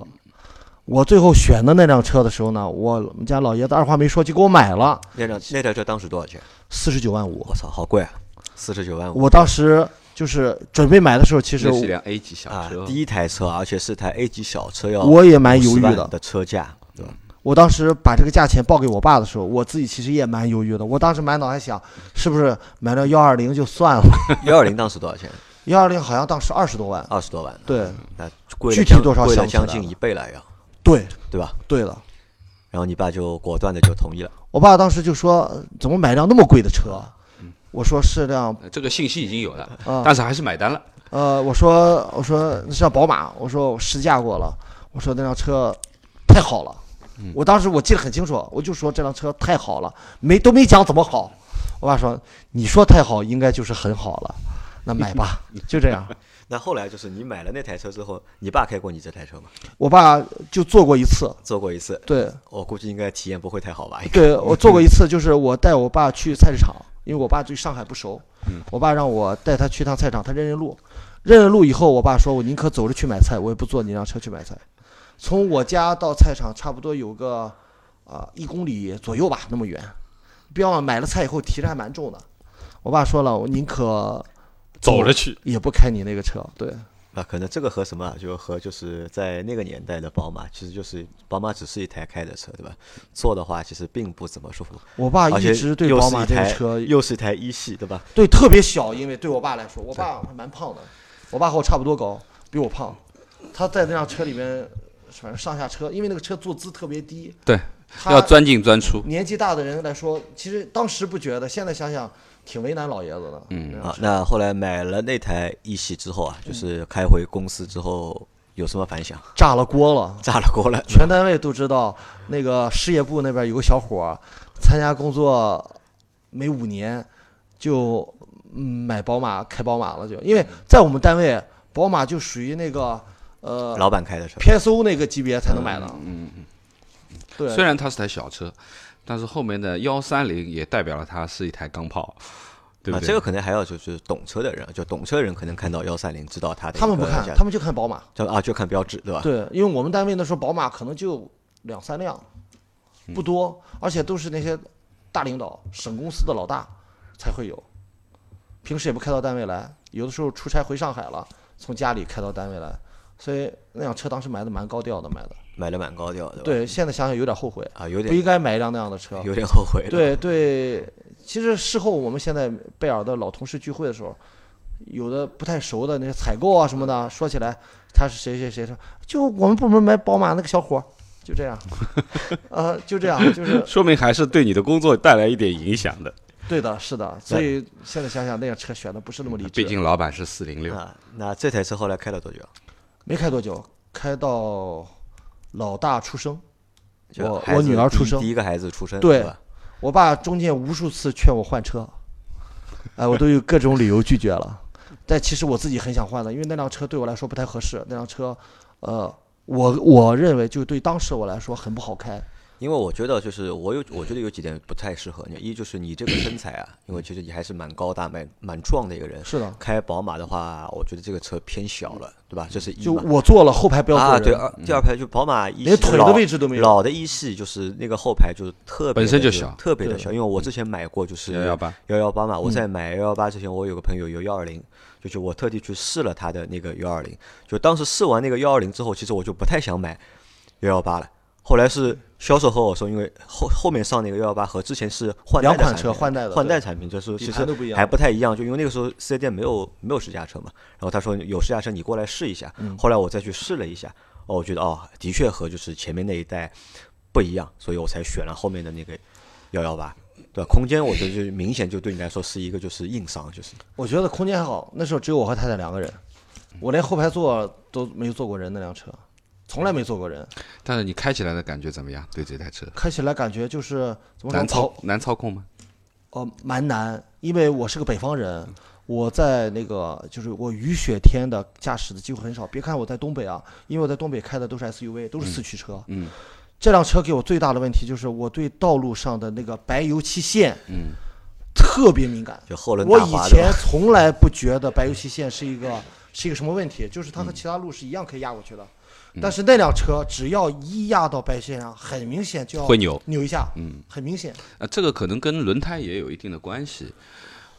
我最后选的那辆车的时候呢，我们家老爷子二话没说就给我买了那辆那辆车当时多少钱？四十九万五。我操，好贵啊！四十九万五我当时就是准备买的时候，其实那是一辆 A 级小啊车，，第一台车，而且是台 A 级小车，要我也蛮犹豫50万的。的车 价，对吧？我当时把这个价钱报给我爸的时候，我自己其实也蛮犹豫的。我当时满脑还想，是不是买辆幺二零就算了？幺二零当时多少钱？幺二零好像当时二十多万。二十多万，对那贵了具体将多少贵了想不起来将近了一倍了要，对对吧？对的，然后你爸就果断的就同意了。我爸当时就说：“呃怎么买辆那么贵的车？”我说：“是辆呃这个信息已经有了，啊但是还是买单了。呃，我说我说那是辆宝马，我说我试驾过了，我说那辆车太好了。我当时我记得很清楚，我就说这辆车太好了，没都没讲怎么好。我爸说：“你说太好，应该就是很好了，那买吧。”就这样，那后来就是你买了那台车之后，你爸开过你这台车吗？我爸就坐过一次，坐过一次，对我估计应该体验不会太好吧？应该对，我坐过一次，就是我带我爸去菜市场，因为我爸对上海不熟，嗯我爸让我带他去趟菜市场，他认认路，认认路以后，我爸说我宁可走着去买菜，我也不坐你那辆车去买菜。从我家到菜场差不多有个啊、一公里左右吧，那么远。不要忘了买了菜以后提着还蛮重的，我爸说了，我宁可走着去，也不开你那个车。对，啊，可能这个和什么啊，就和就是在那个年代的宝马，其实就是宝马只是一台开的车，对吧？坐的话其实并不怎么舒服，我爸而啊一且直对又宝是马一这个台车又是一台一系，对吧？对，特别小，因为对我爸来说，我爸还蛮胖的，我爸和我差不多高，比我胖。他在那辆车里面，反正上下车，因为那个车坐姿特别低，对，他要钻进钻出。年纪大的人来说，其实当时不觉得，现在想想挺为难老爷子的。嗯啊，那后来买了那台一系之后啊，就是开回公司之后有什么反响？ 炸了锅了，炸了锅了，全单位都知道，那个事业部那边有个小伙儿，参加工作没五年，就嗯买宝马开宝马了就，因为在我们单位，宝马就属于那个呃老板开的车。 PSO 那个级别才能买的。嗯嗯。对虽然它是台小车，但是后面的幺三零也代表了它是一台钢炮，对不啊，对？这个可能还要就是懂车的人啊，就懂车的人可能看到幺三零，知道它的一他们不个价看，值他们就看宝马。就啊就看标志，对吧？对，因为我们单位那时候宝马可能就两三辆，不多，嗯而且都是那些大领导、省公司的老大才会有，平时也不开到单位来，有的时候出差回上海了，从家里开到单位来，所以那辆车当时买的蛮高调的，买的。买了蛮高调，对吧？对，现在想想有点后悔，啊，有不点应该买一辆那样的车。有点后悔了。对对，其实事后我们现在贝尔的老同事聚会的时候，有的不太熟的那些采购啊什么的，说起来他是谁谁谁说，就我们部门买宝马那个小伙儿，就这样，呃，就这样， 就是说明还是对你的工作带来一点影响的。对的，是的。所以现在想想，那辆车选的不是那么理啊毕智。竟老板是四零六，啊，那这台车后来开了多久？没开多久，开到老大出生，就我孩我子女儿第出生第，一个孩子出生，对是吧？我爸中间无数次劝我换车，哎，我都有各种理由拒绝了。但其实我自己很想换的，因为那辆车对我来说不太合适。那辆车，呃，我我认为就对当时我来说很不好开。因为我觉得就是我有，我觉得有几点不太适合你。一就是你这个身材啊，因为其实你还是蛮高大、蛮蛮壮的一个人。是的，开宝马的话，我觉得这个车偏小了，对吧？这是一就嘛。我坐了后排不要坐啊，人，嗯对，二第二排就宝马一系连腿的老位置都没有老的一系就是那个后排就是特别本身的就就是小特别的对嗯小。因为我之前买过就是幺幺八，幺幺八嘛，我在买幺幺八之前，我有个朋友有幺二零，就是我特地去试了他的那个幺二零，就当时试完那个幺二零之后，其实我就不太想买幺幺八了。后来是销售和我说，因为后后面上那个幺幺八和之前是换代两的款产车品换代的换代对产品，就是底其盘实都不一样还不太一样，就因为那个时候四 S 店没有没有试驾车嘛。然后他说有试驾车你过来试一下，后来我再去试了一下，哦，我觉得哦，的确和就是前面那一代不一样，所以我才选了后面的那个幺幺八。对吧，空间我觉得就明显就对你来说是一个就是硬伤，就是我觉得空间还好。那时候只有我和太太两个人，我连后排座都没有坐过人。那辆车从来没坐过人，但是你开起来的感觉怎么样？对这台车开起来感觉就是怎么说难跑操难操控吗？呃，蛮难，因为我是个北方人，我在那个就是我雨雪天的驾驶的机会很少。别看我在东北啊，因为我在东北开的都是 SUV，都是四驱车。嗯这辆车给我最大的问题就是我对道路上的那个白油漆线，嗯，特别敏感。就后轮我打以滑的前嘛。从来不觉得白油漆线是一个是一个什么问题，就是它和其他路是一样可以压过去的。但是那辆车只要一压到白油漆线上，很明显就要会扭扭一下，嗯，很明显。啊，这个可能跟轮胎也有一定的关系，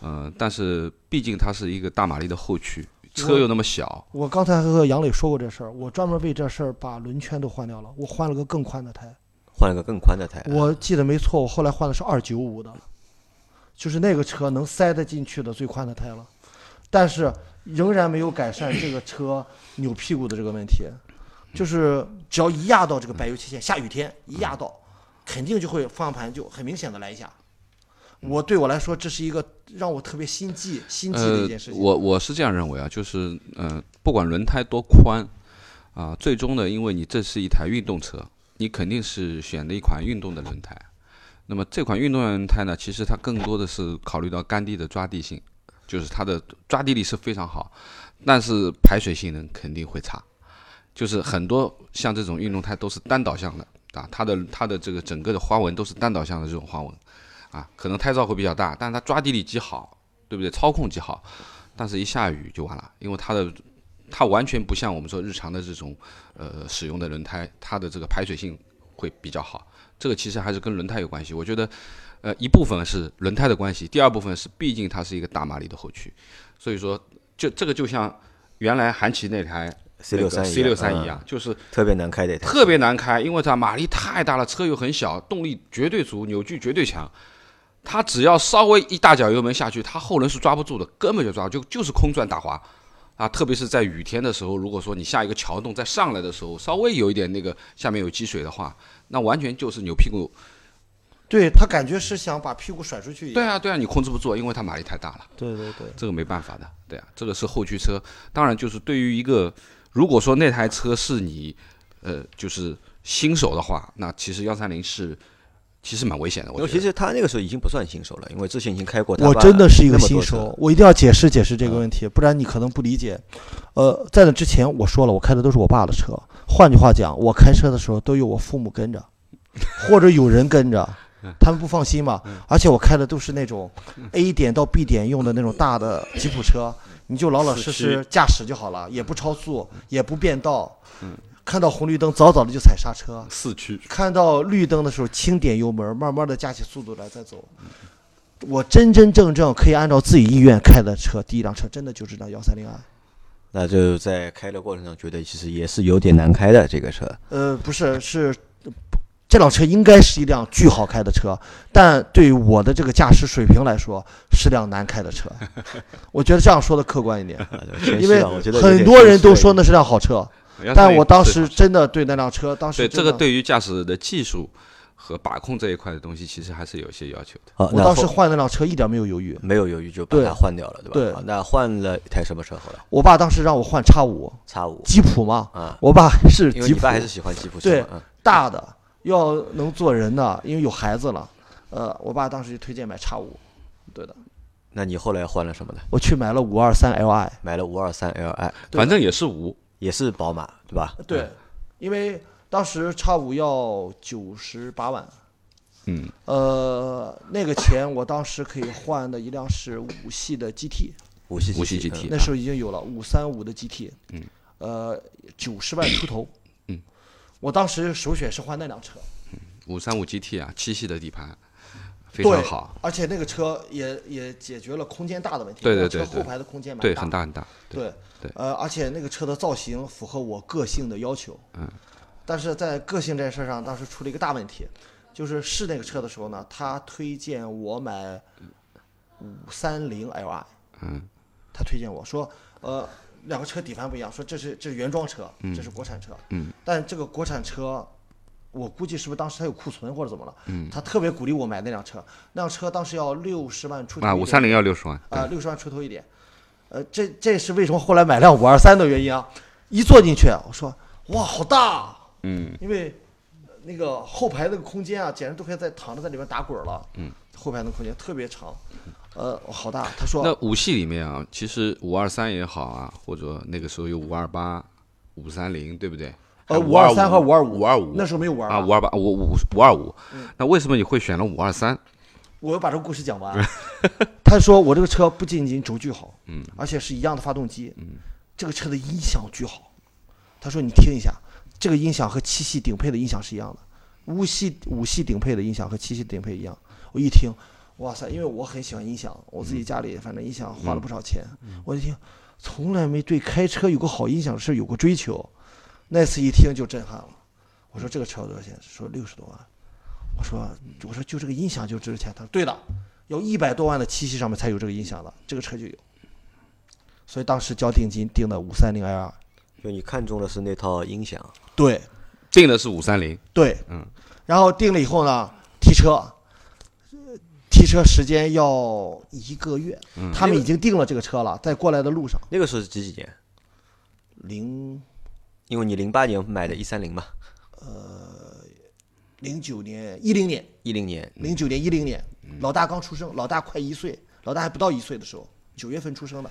呃，但是毕竟它是一个大马力的后驱，车又那么小，我刚才和杨磊说过这事儿，我专门为这事儿把轮圈都换掉了，我换了个更宽的胎。换了个更宽的哎胎，我记得没错，我后来换的是二九五的，就是那个车能塞得进去的最宽的胎了，但是仍然没有改善这个车扭屁股的这个问题，就是只要一压到这个白油漆线，下雨天一压到，肯定就会方向盘就很明显的来一下。我对我来说，这是一个让我特别心悸、心悸的一呃件事，情。我我是这样认为啊，就是呃，不管轮胎多宽啊、最终呢，因为你这是一台运动车，你肯定是选的一款运动的轮胎。那么这款运动轮胎呢，其实它更多的是考虑到干地的抓地性，就是它的抓地力是非常好，但是排水性能肯定会差。就是很多像这种运动胎都是单导向的啊，它的它的这个整个的花纹都是单导向的这种花纹啊，可能胎噪会比较大，但是它抓地力极好，对不对？操控极好，但是一下雨就完了，因为它的它完全不像我们说日常的这种呃使用的轮胎，它的这个排水性会比较好。这个其实还是跟轮胎有关系，我觉得，呃，一部分是轮胎的关系，第二部分是毕竟它是一个大马力的后驱，所以说就这个就像原来韩琦那台 C 六三 C 六三一样，样，就是嗯特别难开的一台。特别难开，因为它马力太大了，车又很小，动力绝对足，扭矩绝对强。它只要稍微一大脚油门下去，它后轮是抓不住的，根本就抓不住就就是空转打滑啊！特别是在雨天的时候，如果说你下一个桥洞再上来的时候，稍微有一点那个下面有积水的话，那完全就是扭屁股。对他感觉是想把屁股甩出去一样。对啊，对啊，你控制不住，因为它马力太大了。对对对，这个没办法的，对啊，这个是后驱车。当然，就是对于一个如果说那台车是你呃就是新手的话，那其实幺三零是其实蛮危险的。因我为觉其得实他那个时候已经不算新手了，因为之前已经开过他爸我那么多车。嗯真的是一个新手，我一定要解释解释这个问题，不然你可能不理解。呃，在那之前我说了，我开的都是我爸的车。换句话讲，我开车的时候都有我父母跟着，或者有人跟着，嗯他们不放心嘛。而且我开的都是那种 A 点到 B 点用的那种大的吉普车，你就老老实实驾驶就好了，也不超速，也不变道。嗯看到红绿灯，早早的就踩刹车；四驱，看到绿灯的时候，轻点油门，慢慢的加起速度来再走。我真真正正可以按照自己意愿开的车，第一辆车真的就是辆幺三零 i。那就在开的过程中，觉得其实也是有点难开的这个车。呃，不是，是这辆车应该是一辆巨好开的车，但对于我的这个驾驶水平来说，是辆难开的 车。我觉得这样说的客观一点，啊对谦因虚为啊我觉得有很点多谦人虚都了说已那是辆好车，要但是我当对时真的对那辆车，当时对这真个的，对于驾驶人的技术和把控这一块的东西，其实还是有些要求的。经。好，我啊那当时后换那辆车一点没有犹豫。没有犹豫就把对它换掉了，对吧？对好那换了一台什么车后来？我爸当时让我换叉五叉五吉普嘛，啊，我爸还是因为你吉普，爸还是喜欢吉普车对嘛。啊大的要能做人的，因为有孩子了。呃，我爸当时就推荐买叉五，对的，那你后来换了什么呢？我去买了五二三 Li。买了五二三 Li，对反正也是无，也是宝马，对吧？对，嗯因为当时叉五要九十八万，嗯，呃，那个钱我当时可以换的一辆是五系的 GT，五系无锡嗯 GT 那时候已经有了五三五的 GT，嗯，呃，九十万出头，嗯，我当时首选是换那辆车，五三五 GT 啊，七系的底盘非常好，，而且那个车也也解决了空间大的问题，对那辆对对车对后排的空间蛮对，大很大很大，对，对对呃，而且那个车的造型符合我个性的要求。嗯，但是在个性这件事上，当时出了一个大问题，就是试那个车的时候呢，他推荐我买五三零 Li，嗯，他推荐我说，呃，两个车底盘不一样，说这是这是原装车，这是国产车，嗯，但这个国产车。我估计是不是当时他有库存或者怎么了？嗯，他特别鼓励我买那辆车，那辆车当时要六十万出头啊，一五点三零要六十万，啊，六十万出头一点。呃，这这是为什么后来买辆五二三的原因啊！一坐进去，啊我说哇，好大，嗯，因为呃那个后排那个空间啊，简直都可以在躺着在里面打滚了，嗯，后排那个空间特别长，呃，好大。他说那五系里面啊，其实五二三也好啊，或者那个时候有五二八、五三零，对不对？呃还有523和525 525五二五那时候没有嗯五二啊，五二八，我五五二五。那为什么你会选了五二三？我要把这个故事讲完。 他说我这个车不仅仅轴距好，嗯，而且是一样的发动机，嗯，这个车的音响巨好。他说你听一下，这个音响和七系顶配的音响是一样的，五系五系顶配的音响和七系顶配一样。我一听，哇塞，因为我很喜欢音响，我自己家里反正音响花了不少钱，我一听，从来没对开车有个好音响是有过追求。那次一听就震撼了，我说这个车要多少钱？说六十多万。我说我说就这个音响就值钱，他说对的，要一百多万的七系上面才有这个音响的，这个车就有。所以当时交定金定的五三零 L 二，就你看中的是那套音响，对定的是五三零，对，嗯，然后定了以后呢，提车，呃提车时间要一个月，他们已经定了这个车了，在过来的路上，那个时候是几几年？零因为你零八年买的一三零嘛，零九年一零年一零年零九年一零年，老大刚出生，老大快一岁，老大还不到一岁的时候，九月份出生的，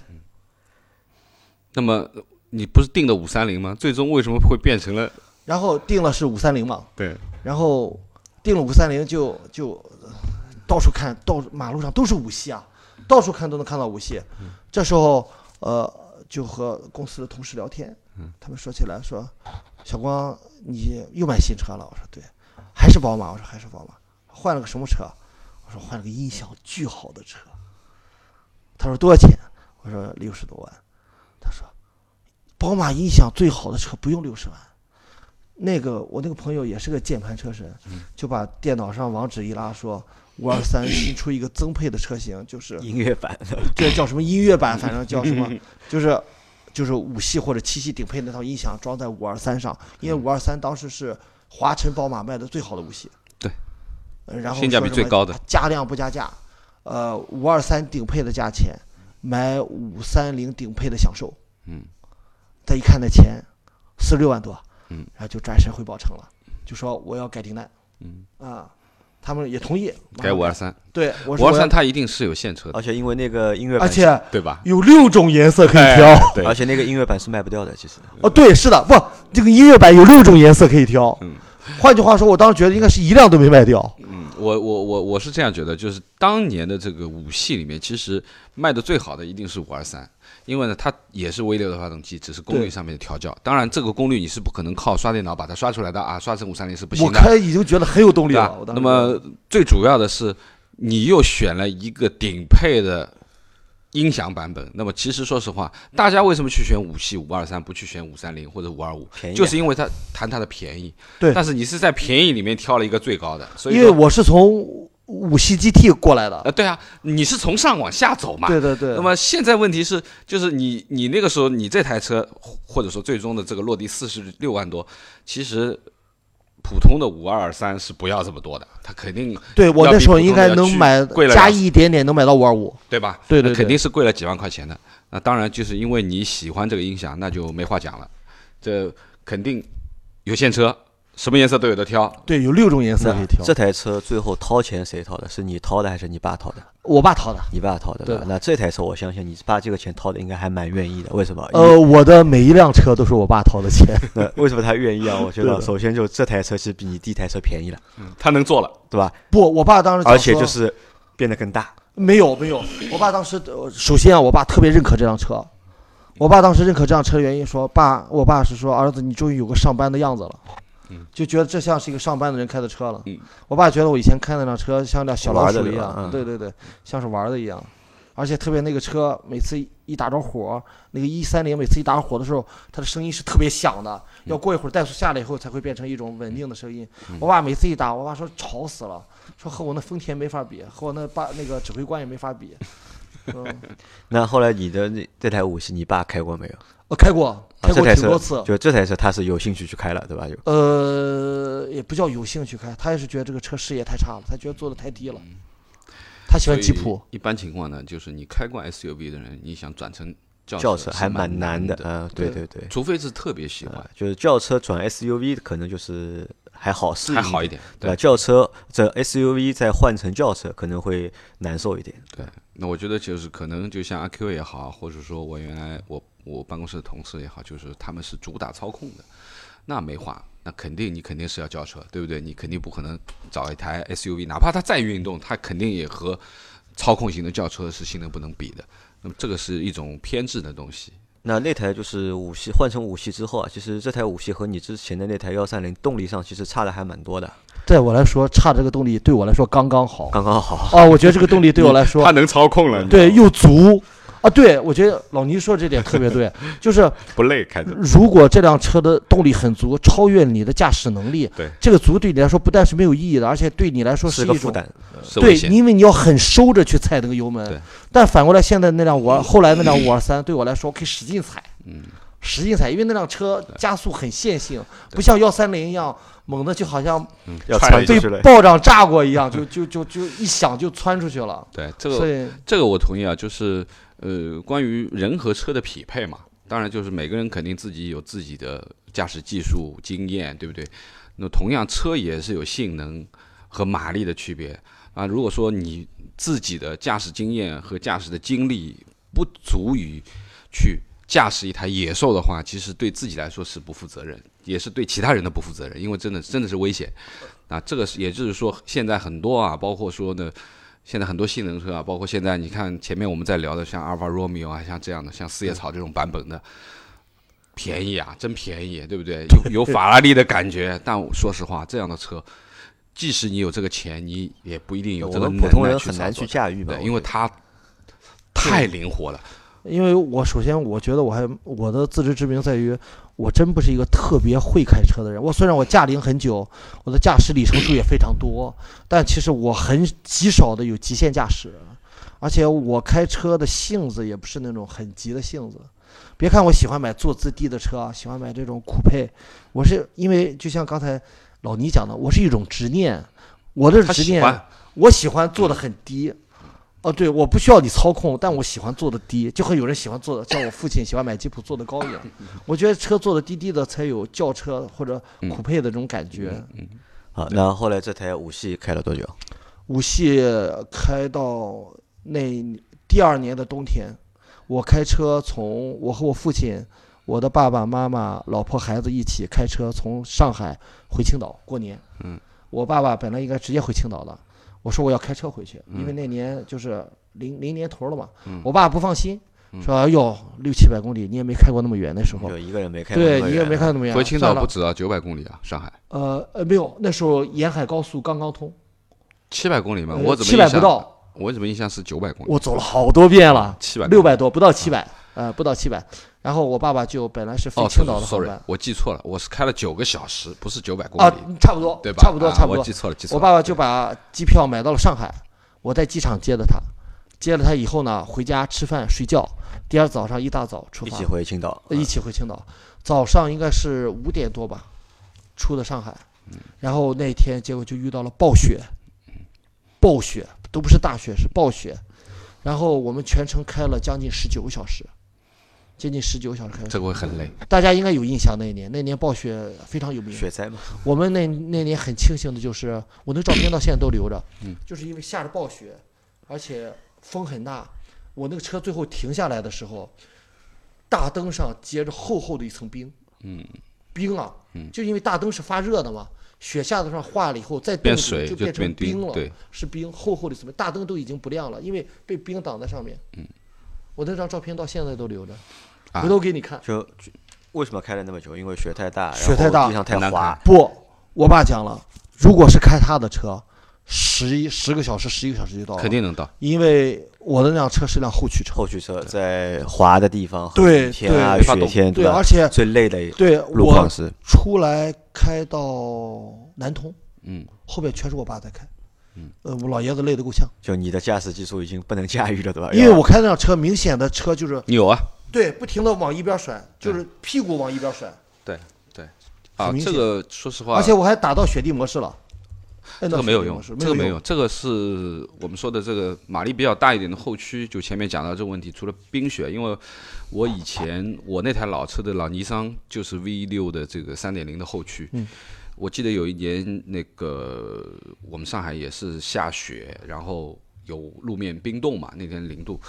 那么你不是定的五三零吗？最终为什么会变成了然后定了是五三零嘛，对？然后定了五三零就就呃到处看，到处马路上都是五系啊，到处看都能看到五系。这时候呃就和公司的同事聊天，他们说起来说，小光你又买新车了？我说对，还是宝马？我说还是宝马，换了个什么车？我说换了个音响巨好的车。他说多少钱？我说六十多万。他说宝马音响最好的车不用六十万。那个我那个朋友也是个键盘车神，就把电脑上网址一拉说，五二三新出一个增配的车型，就是音乐版的，这叫什么音乐版，反正叫 什么，就是就是五系或者七系顶配那套音响装在五二三上，因为五二三当时是华晨宝马卖的最好的五系，对呃，然后性价比说什么最高的加量不加价，呃，五二三顶配的价钱买五三零顶配的享受，嗯，再一看那钱四十六万多，嗯，然后就转身回宝城了，就说我要改订单，嗯啊，他们也同意改五，二三，对，我五说二我要呃三，它一定是有现车的，而且因为那个音乐而版，且对吧？有六种颜色可以挑。哎对而且那个音乐版是卖不掉的，其实哦，对，是的，不，这个音乐版有六种颜色可以挑。嗯换句话说，我当时觉得应该是一辆都没卖掉。嗯，我我我我是这样觉得，就是当年的这个五系里面，其实卖的最好的一定是五二三，因为呢，它也是 V 六的发动机，只是功率对上面的调教。当然，这个功率你是不可能靠刷电脑把它刷出来的啊，刷成五三零是不我行的，开已经觉得很有动力对吧了。我？当时那么最主要的是，你又选了一个顶配的音响版本。那么其实说实话，大家为什么去选五系五二三，不去选五三零或者五二五？便宜啊就是因为它谈它的便宜。对但是你是在便宜里面挑了一个最高的，所以因为说我是从五系 GT 过来的，呃，对啊，你是从上往下走嘛。对对对。那么现在问题是，就是你你那个时候你这台车，或者说最终的这个落地四十六万多，其实普通的五二三是不要这么多的，它肯定对我要那比时候普应通该的能去买贵了加两一点点能买到五二五，对吧？对对那对肯定是贵了几万块钱的。那当然就是因为你喜欢这个音响，那就没话讲了。这肯定有现车，什么颜色都有的挑。对，有六种颜色可以挑。啊这台车最后掏钱谁掏的？是你掏的还是你爸掏的？我爸掏的。你爸掏的对吧？那这台车我相信你爸这个钱掏的应该还蛮愿意的。为什么？呃，我的每一辆车都是我爸掏的 钱。那为什 么他愿意啊？我觉对得的首先就这台车是比你第一台车便宜了，它能做了，对吧？不，我爸当时讲而且说就是变得更大。没有没有，我爸当时呃首先啊，我爸特别认可这辆车。我爸当时认可这辆车的原因说，爸，我爸是说儿子，你终于有个上班的样子了，嗯就觉得这像是一个上班的人开的车了。嗯我爸觉得我以前开那辆车像辆小老玩的鼠对一吧样，嗯对对对，像是玩的一样。而且特别那个车，每次一打着火，那个一三零每次一打火的时候，它的声音是特别响的，嗯要过一会儿怠速下来以后才会变成一种稳定的声音。我爸每次一打，我爸说吵死了，说和我那丰田没法比，和我那爸那个指挥官也没法 比。嗯，那后来你的那这台五系，你爸开过没有？我呃开过，啊开这过台挺车多次。就这台车他是有兴趣去开了，对吧？就呃，也不叫有兴趣开，他也是觉得这个车视野太差了，他觉得做的太低了。嗯他喜欢吉普，。一般情况呢，就是你开过 SUV 的人，你想转成轿轿车车是还蛮蛮难难的，嗯，对对呃对，啊除非是特别喜欢，就是轿车转 SUV 可能就是还好适还应，好一点。对吧？轿车这 SUV 再换成轿车可能会难受一点。对，那我觉得就是可能就像阿 Q 也好，或者说我原来我我办公室的同事也好，就是他们是主打操控的，那没话，那肯定你肯定是要轿车，对不对？你肯定不可能找一台 SUV，哪怕它再运动，它肯定也和操控型的轿车是性能不能比的。那么这个是一种偏执的东西，那那台就是五系换成五系之后啊，其实这台五系和你之前的那台幺三零动力上其实差的还蛮多的，在我来说，差这个动力对我来说刚刚好。刚刚好。啊，我觉得这个动力对我来说它能操控了，对，又足啊！对，我觉得老倪说这点特 别对，就是不累开着。如果这辆车的动力很足，超越你的驾驶能力，对这个足对你来说不但是没有意义的，而且对你来说是一个种负担，是危对，险因为你要很收着去踩那个油对门。但反过来，现在那辆五二，后来那辆五二三，对我来说，我可以使劲踩，嗯，使劲踩，因为那辆车加速很线性，不像幺三零一样猛的，就好像嗯要踹了穿一进下被去了。暴涨炸过一样，就就就就一响就窜出去了。对这个所以，这个我同意啊，就是呃，关于人和车的匹配嘛，当然就是每个人肯定自己有自己的驾驶技术经验，对不对？那同样车也是有性能和马力的区别啊。如果说你自己的驾驶经验和驾驶的经历不足以去驾驶一台野兽的话，其实对自己来说是不负责任，也是对其他人的不负责任，因为真的真的是危险。嗯啊，这个是也就是说，现在很多啊，包括说呢，现在很多性能车啊，包括现在你看前面我们在聊的，像阿尔法罗密欧啊，像这样的，像四叶草这种版本的，便宜啊，真便宜，对不 对？有有法拉利的感觉，但我说实话，这样的车，即使你有这个钱，你也不一定有我这个们普通能耐人很操难作去驾驭嘛，对，哦我因为觉得它太灵活了。因为我首先我觉得我还我的自知之明在于，我真不是一个特别会开车的人。我虽然我驾龄很久，我的驾驶里程数也非常多，但其实我很极少的有极限驾驶，而且我开车的性子也不是那种很急的性子。别看我喜欢买坐姿低的车，啊喜欢买这种酷配，我是因为就像刚才老倪讲的，我是一种执念，我的他执喜念欢，我喜欢做的很低。哦，对，我不需要你操控，但我喜欢做的低，就和有人喜欢做的，像我父亲喜欢买吉普做的高一样。我觉得车做的低低的才有轿车或者酷配的这种感觉。啊，那后来这台五系开了多久？五系开到那第二年的冬天，我开车从我和我父亲，我的爸爸妈妈、老婆、孩子一起开车从上海回青岛过年。嗯，我爸爸本来应该直接回青岛的，我说我要开车回去，嗯因为那年就是零零年头了嘛。嗯我爸不放心，嗯说：“哎呦，六七百公里你也没开过那么远，那时候就一个人没开过对那么你也远没开过那么远。”回青岛不了止啊，九百公里啊，上海呃呃没有，那时候沿海高速刚刚通，七百公里嘛，嗯我怎么呃七印百不象？到，我怎么印象是九百公里？我走了好多遍了，七百啊六百多，不到七百，呃，不到七百。然后我爸爸就本来是飞哦青岛的航，sorry，班我记错了，我是开了九个小时，不是九百公啊里，，差不多对，吧？差不多，啊差不我多记。错了，记错我了。爸爸就把机票买到了上海，我在机场接的他，接了他以后呢，回家吃饭睡觉，第二早上一大早出一发起，回青岛，呃一起回青岛，早上应该是五点多吧，出的上海，然后那天结果就遇到了暴雪，暴雪都不是大雪，是暴雪，然后我们全程开了将近十九个小时，接近十九个小时开车，这个会很累，大家应该有印象那一年，那年暴雪非常有名，啊雪灾嘛，我们那那年很庆幸的就是，我那照片到现在都留着，嗯就是因为下着暴雪，而且风很大，我那个车最后停下来的时候，大灯上结着厚厚的一层冰，嗯，冰啊，嗯就因为大灯是发热的嘛，雪下到上化了以后再冻变住水就就变成变冰了，对，是冰厚厚的一层冰，大灯都已经不亮了，因为被冰挡在上面，嗯，我那张照片到现在都留着，啊回头给你看。就就为什么开了那么久？因为雪太大，然雪太后大地上太很难滑开，不，我爸讲了，如果是开他的车，十一十个小时、十一个小时就到了，肯定能到。因为我的那辆车是辆后驱车，后驱车在滑的地方，对和天啊、对没法雪动天，对，吧而？且最累的对路我况是出来开到南通，嗯，后面全是我爸在开，嗯，呃，我老爷子累得够呛，就你的驾驶技术已经不能驾驭了，哎对吧？因为我开那辆车，明显的车就是你有啊？对不停的往一边甩，就是屁股往一边甩，对对，啊很，明这显个说实话，而且我还打到雪地模式了，哎这这哎个没有用用，，这个没没有用，这个是我们说的这个马力比较大一点的后驱。就前面讲到这个问题，除了冰雪，因为我以前我那台老车的老尼桑就是 V 六的这个三点零的后驱。嗯我记得有一年那个我们上海也是下雪，然后有路面冰冻嘛，那天零度，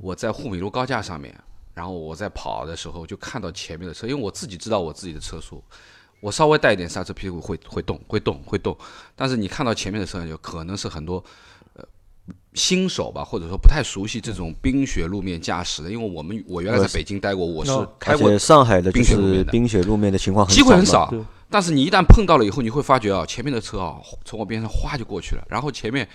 我在沪闵路高架上面，然后我在跑的时候就看到前面的车，因为我自己知道我自己的车速。我稍微带一点刹车，屁股会会动，会动，会动。但是你看到前面的车，就可能是很多呃新手吧，或者说不太熟悉这种冰雪路面驾驶的。因为我们我原来在北京待过，我是哦开而过且上海的就冰雪路面是的冰雪路面的情况机会很少嘛，少，但是你一旦碰到了以后，你会发觉啊，前面的车啊从我边上哗就过去了，然后前面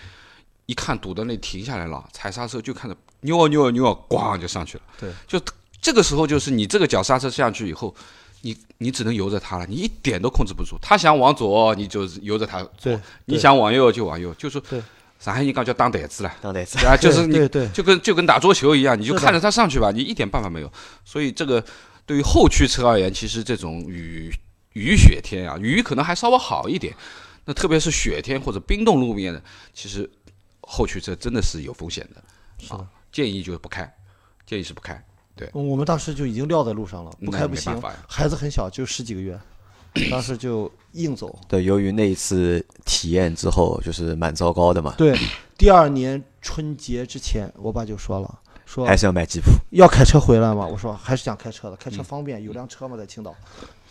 一看堵在那里停下来了，踩刹车就看着扭啊扭啊扭啊，咣就上去了。对，就这个时候就是你这个脚刹车下去以后。你你只能由着它了，你一点都控制不住。它想往左，你就是由着它；对，你想往右就往右，就是对上海人讲叫打台 子了，当代啊，就是你对对就跟就跟打桌球一样，你就是的看着他上去吧，你一点办法没有。所以这个对于后驱车而言，其实这种雨雨雪天啊，雨可能还稍微好一点，那特别是雪天或者冰冻路面的，其实后驱车真的是有风险的。啊是的。建议就是不开，建议是不开，嗯我们当时就已经撂在路上了，不那开不没办行法呀。孩子很小，就十几个月，当时就硬走。对，由于那一次体验之后，就是蛮糟糕的嘛，对，第二年春节之前，我爸就说了，说还是要买吉普。要开车回来吗？我说还是想开车的，嗯开车方便，有辆车嘛，在青岛，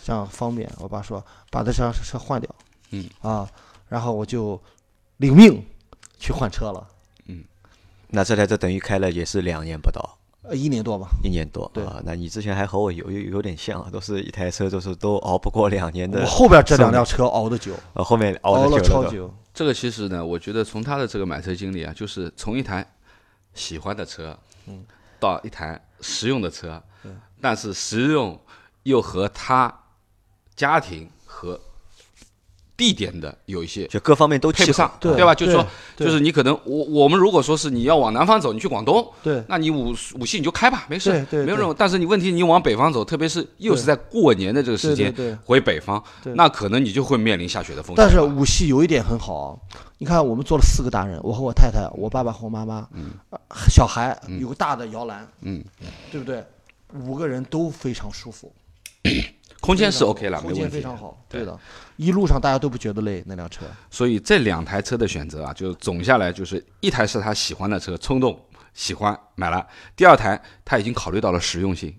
这样方便。我爸说把这辆车换掉，嗯啊，然后我就领命去换车了，那这台车等于开了也是两年不到，呃，一年多吧。一年多对啊。那你之前还和我有有有点像啊，都是一台车，都是都熬不过两年我的，后边这两辆车熬的久，呃，后面熬熬得了久超的久。这个其实呢，我觉得从他的这个买车经历啊，就是从一台喜欢的车，嗯，到一台实用的车，对但是实用又和他家庭和地点的有一些就各方面都配契不合上，对吧？就是说，对就是你可能我我们如果说是你要往南方走，你去广东，对那你五五系你就开吧，没事对，对没有对任务。但是你问题你往北方走，特别是又是在过年的这个时对对间对。回北方，对那可能你就会面临下雪的风险。但是五系有一点很好啊，你看我们做了四个大人，我和我太太、我爸爸和我妈妈，呃小孩有个大的摇篮，嗯，对不对？五个人都非常舒服，空间是非常 OK 了，没空问间题。非常好，对对的。一路上大家都不觉得累，那辆车，所以这两台车的选择啊，就总下来就是一台是他喜欢的车，冲动喜欢买了；第二台他已经考虑到了实用性，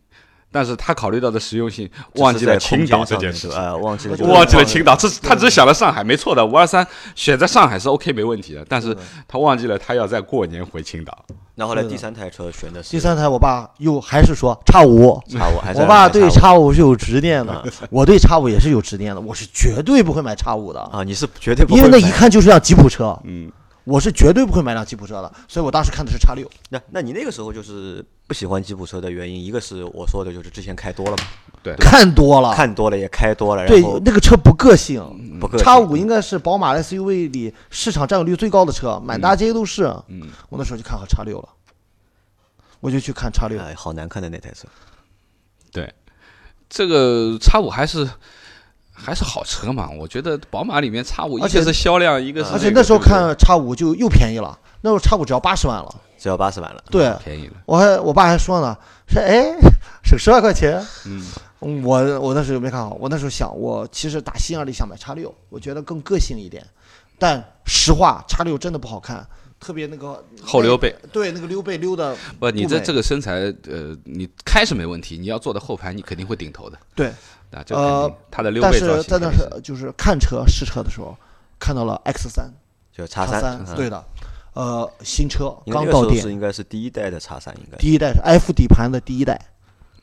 但是他考虑到的实用性，忘记了青岛这件事情。啊，忘 记了就是忘记了青岛，这是他只想了上海，没错的。五二三选在上海是 OK 没问题的，但是他忘记了他要在过年回青岛。然后来第三台车选的是第三台，我爸又还是说叉五，叉五，还是我爸对叉五是有执念啊的， 我对叉五也是有执念的，我是绝对不会买叉五的，啊，你是绝对不会因为那买一看就是辆吉普车，嗯，我是绝对不会买辆吉普车的，所以我当时看的是叉六。那那你那个时候就是不喜欢吉普车的原因，一个是我说的就是之前开多了嘛，看多了，看多了也开多了，啊对然后那个车不个性。不客气叉五应该是宝马 SUV 里市场占有率最高的车，满大街都是。嗯，我那时候就看好叉六了，我就去看叉六。哎，好难看的那台车，对，这个叉五还是还是好车嘛？我觉得宝马里面叉五一而且个是销量，一个是而且那个那时候对不对看叉五就又便宜了，那时候叉五只要八十万了。只要八十万了，对便宜了，我还我爸还说呢，说哎省十万块钱。嗯，嗯我我那时候没看好，我那时候想，我其实打心眼里想买叉六，我觉得更个性一点。但实话，叉六真的不好看，特别那个后溜背。对那个溜背溜的不，你这美这个身材，呃，你开是没问题，你要坐到后排，你肯定会顶头的。对，啊，这个肯定呃它的溜但背造是型在那肯定是是就是看车试车的时候，看到了 X 三就叉叉三，嗯对的，呃，新车你那刚个到时候是店，应该是第一代的叉三，应该第一代是 F 底盘的第一代，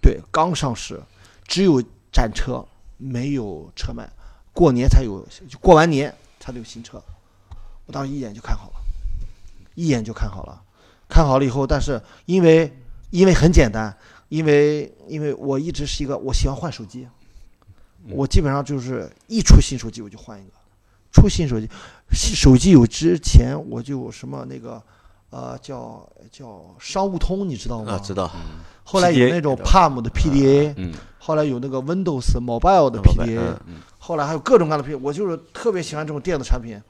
对，刚上市，只有展车，没有车卖，过年才有，就过完年才有新车，我当时一眼就看好了，一眼就看好了，看好了以后，但是因为因为很简单，因为因为我一直是一个我喜欢换手机，嗯我基本上就是一出新手机我就换一个，出新手机，新手机有之前我就有什么那个。呃，叫叫商务通，你知道吗？啊，知道嗯后来有 PDA 那种 Palm 的 PDA，、嗯后来有那个 Windows Mobile 的嗯，Mobile， PDA，、嗯后来还有各种各样的 PDA。我就是特别喜欢这种电子产品。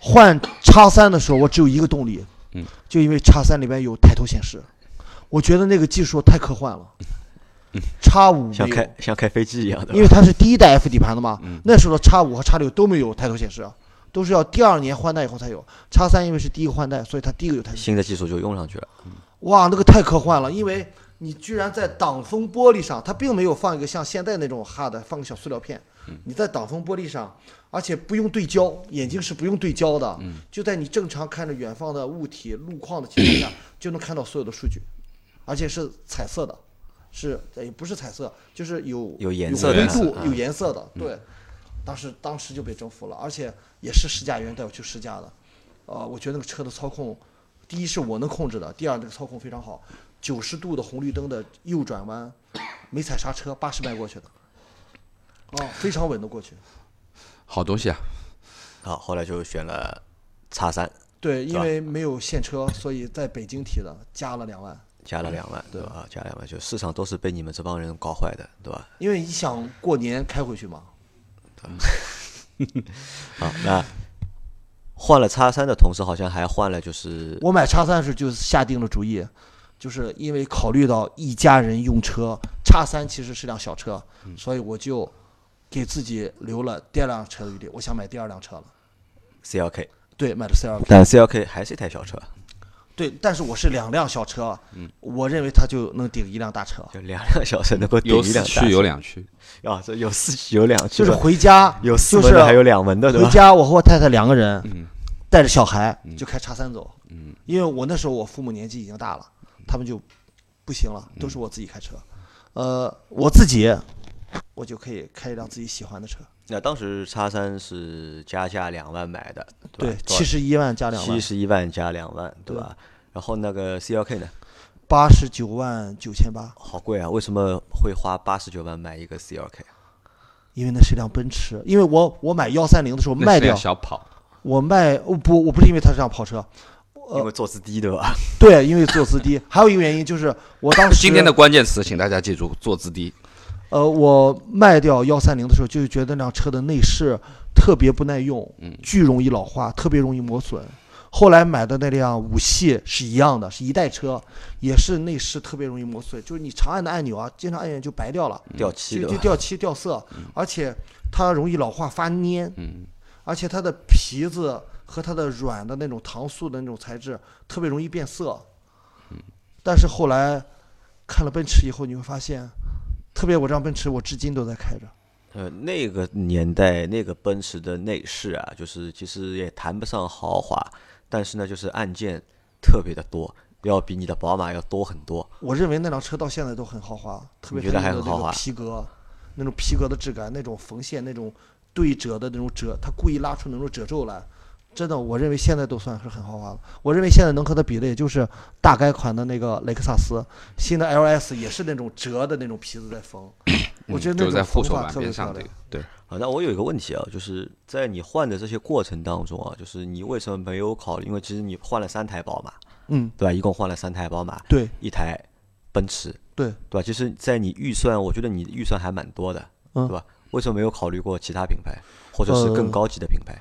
换叉三的时候，我只有一个动力，嗯就因为叉三里边有抬头显示，我觉得那个技术太科幻了。叉五像没有开，像开飞机一样的，因为它是第一代 F 底盘的嘛，嗯那时候的叉五和叉六都没有抬头显示，啊都是要第二年换代以后才有。叉三因为是第一个换代，所以它第一个有抬头显示。新的技术就用上去了，哇，那个太科幻了，因为你居然在挡风玻璃上，它并没有放一个像现在那种 hard 放个小塑料片，你在挡风玻璃上，而且不用对焦，眼睛是不用对焦的，就在你正常看着远方的物体、路况的情况下，就能看到所有的数据，而且是彩色的，是呃也不是彩色，就是有有颜色的灰那种度、啊有颜色的，对。当时当时就被征服了，而且也是试驾员带我去试驾的，呃，我觉得那个车的操控，第一是我能控制的，第二这个操控非常好，九十度的红绿灯的右转弯，没踩刹车，八十迈过去的，哦，非常稳的过去。好东西啊。好，后来就选了叉三，对，是因吧为没有现车，所以在北京提的，加了两万。加了两万，对吧？啊加两万，就市场都是被你们这帮人搞坏的，对吧？因为你想过年开回去嘛，好，那换了叉三的同时，好像还换了就是我买叉三时就下定了主意，就是因为考虑到一家人用车，叉三其实是辆小车，嗯所以我就给自己留了第二辆车的余地，我想买第二辆车了。 CLK，对，买了 C 二但 CLK 还是一台小车，对，但是我是两辆小车，嗯我认为它就能顶一辆大车，就两辆小车能够顶有一四辆大驱有两驱，车啊，这有四驱有两驱就的，是回家有四就门是的，还有两门的，对回吧？呃家，我和我太太两个人，嗯带着小孩就开叉三走，因为我那时候我父母年纪已经大了，嗯他们就不行了，都是我自己开车，呃，我自己我就可以开一辆自己喜欢的车，那当时叉三是加价两万买的，对，七七十一万加两万七，十一万加两万，对吧？然后那个 CLK 呢，八十九万九千八，好贵啊！为什么会花八十九万买一个 CLK？因为那是一辆奔驰，因为我我买幺三零的时候那卖是辆掉，小跑，我卖我不我不是因为它是辆跑车，呃因为坐姿低，对吧？对，因为坐姿低，还有一个原因就是我当时今天的关键词，请大家记住：坐姿低。呃，我卖掉幺三零的时候，就是觉得那辆车的内饰特别不耐用，巨容易老化，特别容易磨损。后来买的那辆五系是一样的，是一代车，也是内饰特别容易磨损，就是你常按的按钮啊，经常按一按就白掉了，掉漆嗯就的嗯就吧，掉漆掉色，而且它容易老化发蔫，嗯，而且它的皮子和它的软的那种糖塑的那种材质特别容易嗯变色。但是后来看了奔驰以后，你会发现特别我这辆奔驰，我至今都在开着。呃，那个年代那个奔驰的内饰啊，就是其实也谈不上豪华，但是呢，就是按键特别的多，要比你的宝马要多很多。我认为那辆车到现在都很豪华，特别你觉得它还用的很豪那华个皮革，那种皮革的质感，那种缝线，那种对折的那种褶，它故意拉出那种褶皱来。真的，我认为现在都算是很豪华了。我认为现在能和它比的，也就是大改款的那个雷克萨斯，新的 LS 也是那种折的那种皮子在缝。我觉得就嗯那在种副缝手法板特别边漂上这亮个。，对，啊，那我有一个问题啊，就是在你换的这些过程当中啊，就是你为什么没有考虑？因为其实你换了三台宝马，嗯，对吧？一共换了三台宝马，对一台奔驰，对，对吧？其实，在你预算，我觉得你预算还蛮多的，嗯对吧？为什么没有考虑过其他品牌，或者是更呃高级的品牌？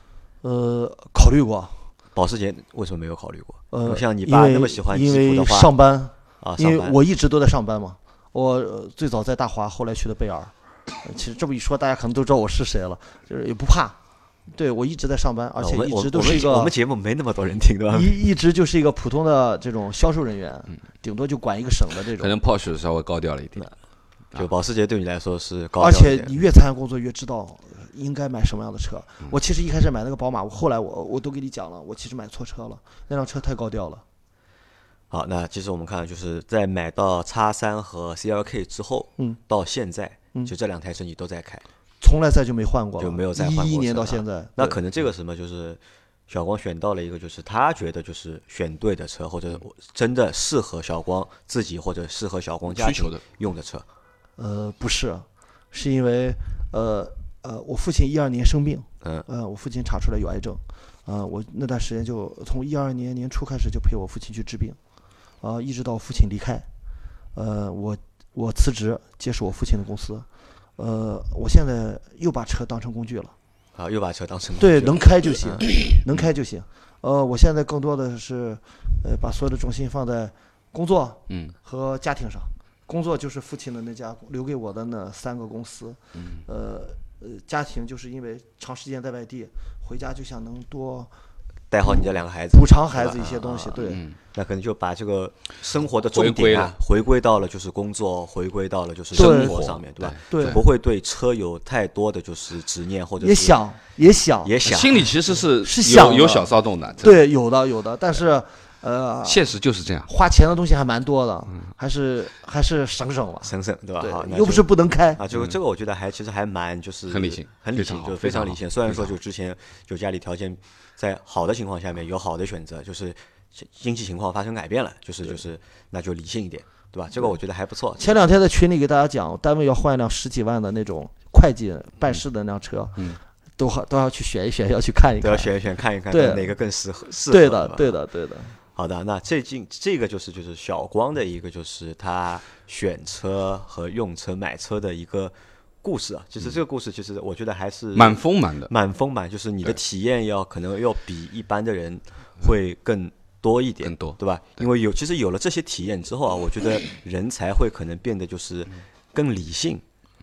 呃，考虑过，保时捷为什么没有考虑过？呃，像你因爸为那么喜欢吉因普的为话上班，啊，因上为班我一直都在上班嘛。我呃最早在大华，后来去的贝尔。呃其实这么一说，大家可能都知道我是谁了，就是也不怕。对我一直在上班，啊而且我们一我直都我们是一节我个们节目没那么多人听，对吧？一一直就是一个普通的这种销售人员，嗯顶多就管一个省的这可种。能 Porsche 稍微高调了一点。啊就保时捷对你来说是高而调一且点你越参加工作，越知道应该买什么样的车。嗯我其实一开始买那个宝马，我后来我我都给你讲了，我其实买错车了，那辆车太高调了。好，那其实我们看，就是在买到叉三和 CLK 之后，嗯，到现在，嗯就这两台车你都在开，从来再就没换过了，就没有再换过一一年车到了现在，那对可能这个什么就是小光选到了一个，就是他觉得就是选对的车，或嗯者真的适合小光自己或者适合小光家需求庭的用的车。呃，不是，是因为呃呃，我父亲一二年生病，嗯，呃，我父亲查出来有癌症，啊、我那段时间就从一二年年初开始就陪我父亲去治病，啊、一直到我父亲离开，呃，我我辞职接手我父亲的公司，呃，我现在又把车当成工具了，啊，又把车当成工对，具了能开就行，嗯能开就行，呃，我现在更多的是，呃，把所有的重心放在工作，嗯，和家庭上。工作就是父亲的那家留给我的那三个公司，嗯呃呃，家庭就是因为长时间在外地，回家就想能多带好你的两个孩子，补偿孩对吧子一些啊东西，对，那可能就把这个生活的重回归点啊，回归到了就是工作，回归到了就是对生活上面，对吧？对就不会对车有太多的就是执念，或者也是想也想，也想心里其实是是有想有的小骚动的，真的，对，有的有的，但是呃，现实就是这样。花钱的东西还蛮多的，还是还是省省吧，嗯省省，对吧？好，那对，又不就是不能开，啊，这个这个我觉得还其实还蛮就是很理性很理非常性，好就非常理好性。虽然说就之前就家里条件在好的情况下面有好的选择，就是经经济情况发生改变了，就是就是那就理性一点，对吧？这个我觉得还不错。前两天在群里给大家讲，单位要换一辆十几万的那种会计办事的那辆车，嗯都好都要去选一选， 要去看一都看要，选一选，看一看对哪个更适合适合。对的吧，嗯对的，对的，好的，那最近这个就是就是小光的一个就是他选车和用车、买车的一个故事啊。其实这个故事其实我觉得还是嗯蛮丰满的，蛮丰满，就是你的对体验要可能要比一般的人会更多一点更，多对吧？因为有其实有了这些体验之后啊，我觉得人才会可能变得就是嗯更理性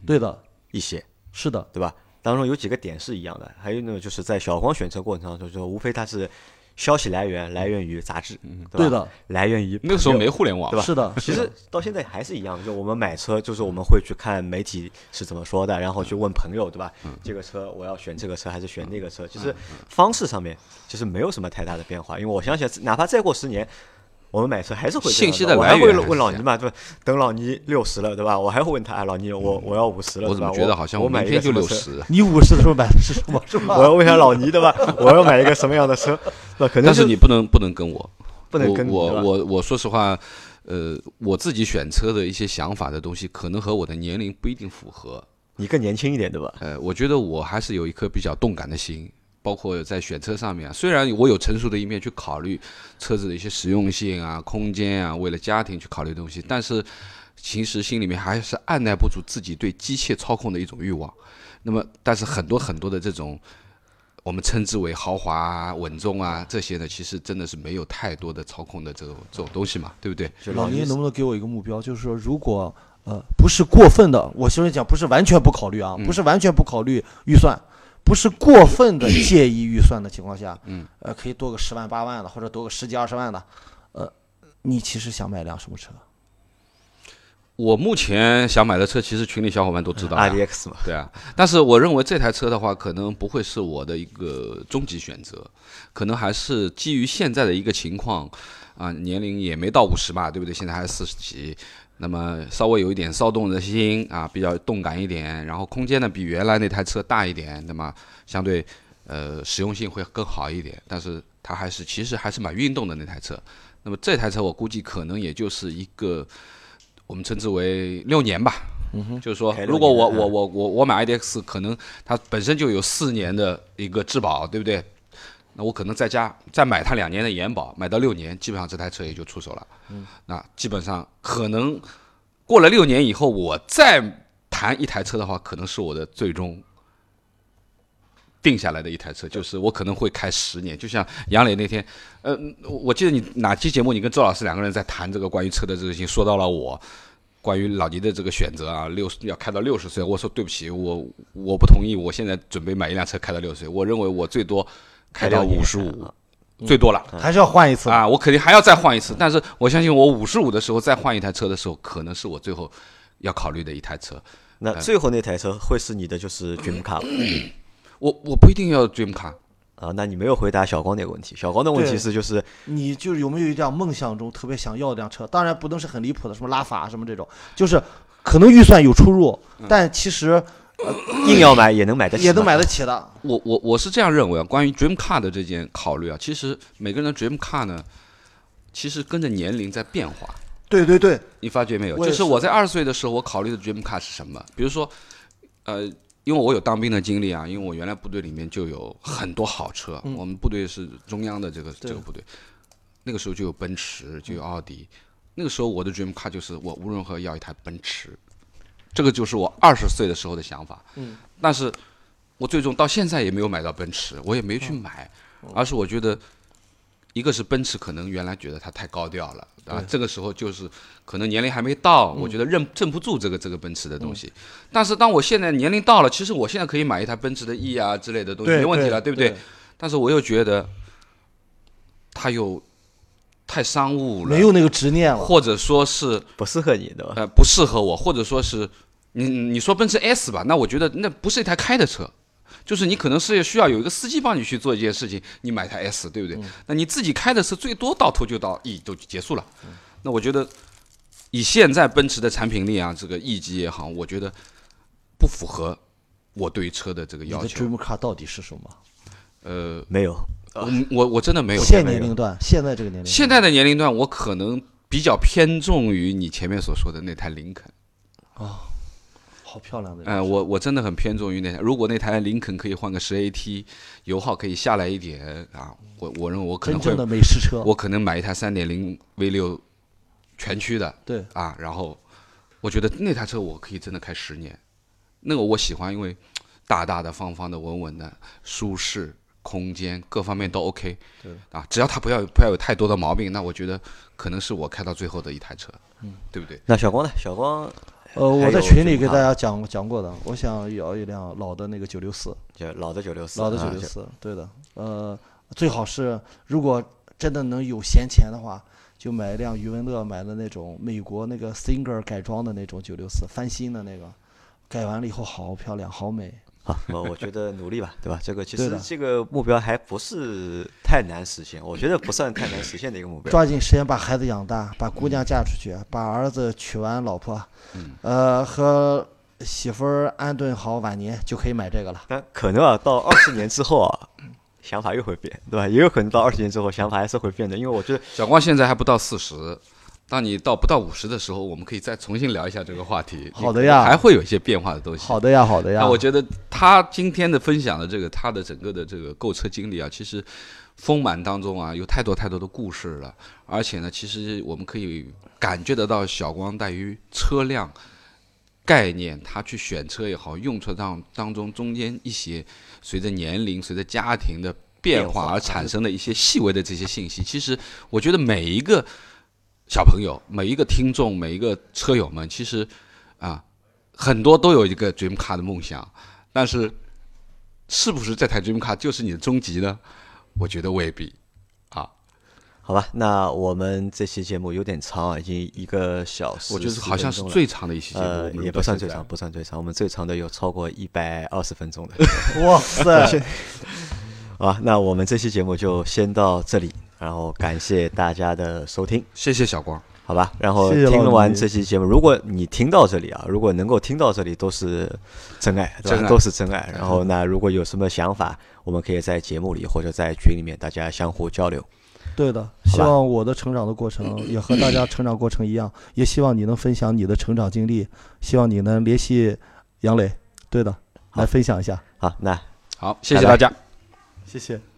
对的，一些，是的。对吧？当中有几个点是一样的，还有那个就是在小光选车过程当中，就无非它是消息来源来源于杂志，对吧？对的，来源于那个时候朋友没互联网对，吧？ 是的其实到现在还是一样，就我们买车，就是我们会去看媒体是怎么说的，然后去问朋友，对吧？嗯这个车我要选这个车还是选那个车？其实方式上面其实没有什么太大的变化，因为我相信，哪怕再过十年。我们买车还是会这样信息的我来还会源还是问老这倪样嘛，对吧？等老倪六十了，对吧？我还会问他，哎老倪，我我要五十了，我对怎吧么觉得好像我我买明一天个什么就六车十？你五十的时候买的是什么？是吧？我要问一下老倪，对 吧？我要买一个什么样的车？那可能但就是你不能不能跟我，不能跟我对吧我我我说实话，呃，我自己选车的一些想法的东西，可能和我的年龄不一定符合。你更年轻一点，对吧？呃，我觉得我还是有一颗比较动感的心，包括在选车上面啊。虽然我有成熟的一面去考虑车子的一些实用性啊、空间啊，为了家庭去考虑的东西，但是其实心里面还是按耐不住自己对机械操控的一种欲望。那么，但是很多很多的这种。我们称之为豪华啊、稳重啊，这些呢，其实真的是没有太多的操控的这种这种东西嘛，对不对？就老倪倪能不能给我一个目标？就是说，如果呃不是过分的，我先讲，不是完全不考虑嗯啊，不是完全不考虑预算，不是过分的介意预算的情况下，嗯，呃，可以多个十万八万的，或者多个十几二十万的，呃，你其实想买辆什么车？我目前想买的车，其实群里小伙伴都知道、啊。 RDX 嘛，对啊，但是我认为这台车的话，可能不会是我的一个终极选择，可能还是基于现在的一个情况，啊、年龄也没到五十嘛，对不对？现在还四十几，那么稍微有一点骚动人心啊，比较动感一点，然后空间呢比原来那台车大一点，那么相对呃实用性会更好一点，但是它还是其实还是蛮运动的那台车。那么这台车我估计可能也就是一个我们称之为六年吧，就是说开，六如果我年我嗯我我我买 IDX，可能它本身就有四年的一个质保，对不对？那我可能再加再买它两年的延保，买到六年，基本上这台车也就出手了。那基本上可能过了六年以后，我再谈一台车的话，可能是我的最终定下来的一台车，就是我可能会开十年。就像杨磊那天，呃，我我记得你哪期节目你跟周老师两个人在谈这个关于车的这个事情，说到了我。关于老倪的这个选择啊，六十要开到六十岁，我说对不起，我我不同意，我现在准备买一辆车开到六十岁，我认为我最多开到六五年十五，最多了。嗯还是要换一次。啊，我肯定还要再换一次。但是我相信，我五十五的时候再换一台车的时候，可能是我最后要考虑的一台车。那嗯最后那台车会是你的就是 dream car 吗我我不一定要 dream car，啊？那你没有回答小光那个问题。小光的问题对是就是你就是有没有一辆梦想中特别想要的辆车？当然不能是很离谱的，什么拉法什么这种，就是可能预算有出入，嗯但其实硬要买也能买得起，也能买得。起的。我我我是这样认为啊。关于 dream car 的这件考虑啊，其实每个人的 dream car 呢，其实跟着年龄在变化。对对对，你发觉没有？我就也是是我在二十岁的时候，我考虑的 dream car 是什么？比如说，呃，因为我有当兵的经历啊，因为我原来部队里面就有很多好车，我们部队是中央的这个这嗯对个部队，那个时候就有奔驰，就有奥迪。那个时候我的 dream car 就是我无论如何要一台奔驰，这个就是我二十岁的时候的想法。嗯，但是我最终到现在也没有买到奔驰，我也没嗯去买，而是我觉得。一个是奔驰，可能原来觉得它太高调了啊，这个时候就是可能年龄还没到，嗯我觉得认镇不住这个这个奔驰的东西。但是当我现在年龄到了，其实我现在可以买一台奔驰的 E 啊之类的东西，对没问题对了，对不对？对但是我又觉得，它又太商务了没，有那个执念了。或者说是不适合你，对吧？呃不适合我，或者说是你你说奔驰 S 吧，那我觉得那不是一台开的车，就是你可能是需要有一个司机帮你去做一件事情，你买台 S 对不对？那你自己开的车最多到头就到 E 就结束了。那我觉得以现在奔驰的产品力啊，这个 E 级也好，我觉得不符合我对于车的这个你要的求。 dream car 到底是什么？呃，没有，我我我真的没有现年龄段，现在这个年龄段，现在的年龄段，我可能比较偏重于你前面所说的那台林肯。好漂亮的人。嗯，我我真的很偏重于那台。如果那台林肯可以换个十 AT，油耗可以下来一点啊，我我认为我可真能会正，的美式车，我可能买一台三点零 V 六全驱的对，啊，然后我觉得那台车我可以真的开十年，那个我喜欢，因为大大的、方方的、稳稳的，舒适、空间各方面都 OK。对啊，只要它不要不要有太多的毛病，那我觉得可能是我开到最后的一台车，嗯，对不对？那小光呢？小光呃，还我有在群里 dream 给 car 大家讲讲过的，我想要一辆老的那个九六四，就老的九六四，老的九啊六就四，对的，呃，最好是如果真的能有闲钱的话，就买一辆余文乐买的那种美国那个 Singer 改装的那种九六四，翻新的那个，改完了以后好漂亮，好美。好，我我觉得努力吧，对吧？这个其对实的这个目标还不是太难实现，我觉得不算太难实现的一个目标。抓紧时间把孩子养大，把姑娘嫁出去，把儿子娶完老婆，呃，和媳妇儿安顿好晚年，就可以买这个了。但可能啊，到二十年之后啊，想法又会变，对吧？也有可能到二十年之后想法还是会变的，因为我觉得小光现在还不到四十，当你到不到五十的时候，我们可以再重新聊一下这个话题。好的呀还会有一些变化的东西。好的呀，好的呀。那我觉得他今天的分享的这个他的整个的这个购车经历啊，其实丰满当中啊有太多太多的故事了，而且呢，其实我们可以感觉得到小光对于车辆概念，他去选车也好，用车当当中中间一些随着年龄、随着家庭的变变化化而产生的一些细微的这些信息，其实我觉得每一个小朋友、每一个听众、每一个车友们，其实啊，很多都有一个 dream car 的梦想，但是是不是这台 dream car 就是你的终极呢？我觉得未必啊。好吧，那我们这期节目有点长啊，已经一个小时，我觉得好像是40分钟了最长的一期节目，呃我们录也到不算现最在长，不算最长，我们最长的有超过一百二十分钟 的。哇塞，好吧，那我们这期节目就先到这里，然后感谢大家的收听。谢谢小光，好吧，然后谢谢老听完李这期节目，如果你听到这里啊，如果能够听到这里，都是真爱，对吧真爱都是真爱。然后那如果有什么想法，我们可以在节目里或者在群里面大家相互交流。对的，好希吧望我的成长的过程也和大家成长过程一样，也希望你能分享你的成长经历，希望你能联系杨磊，对的，来分享一下，好，那好，谢谢拜拜大家。谢谢。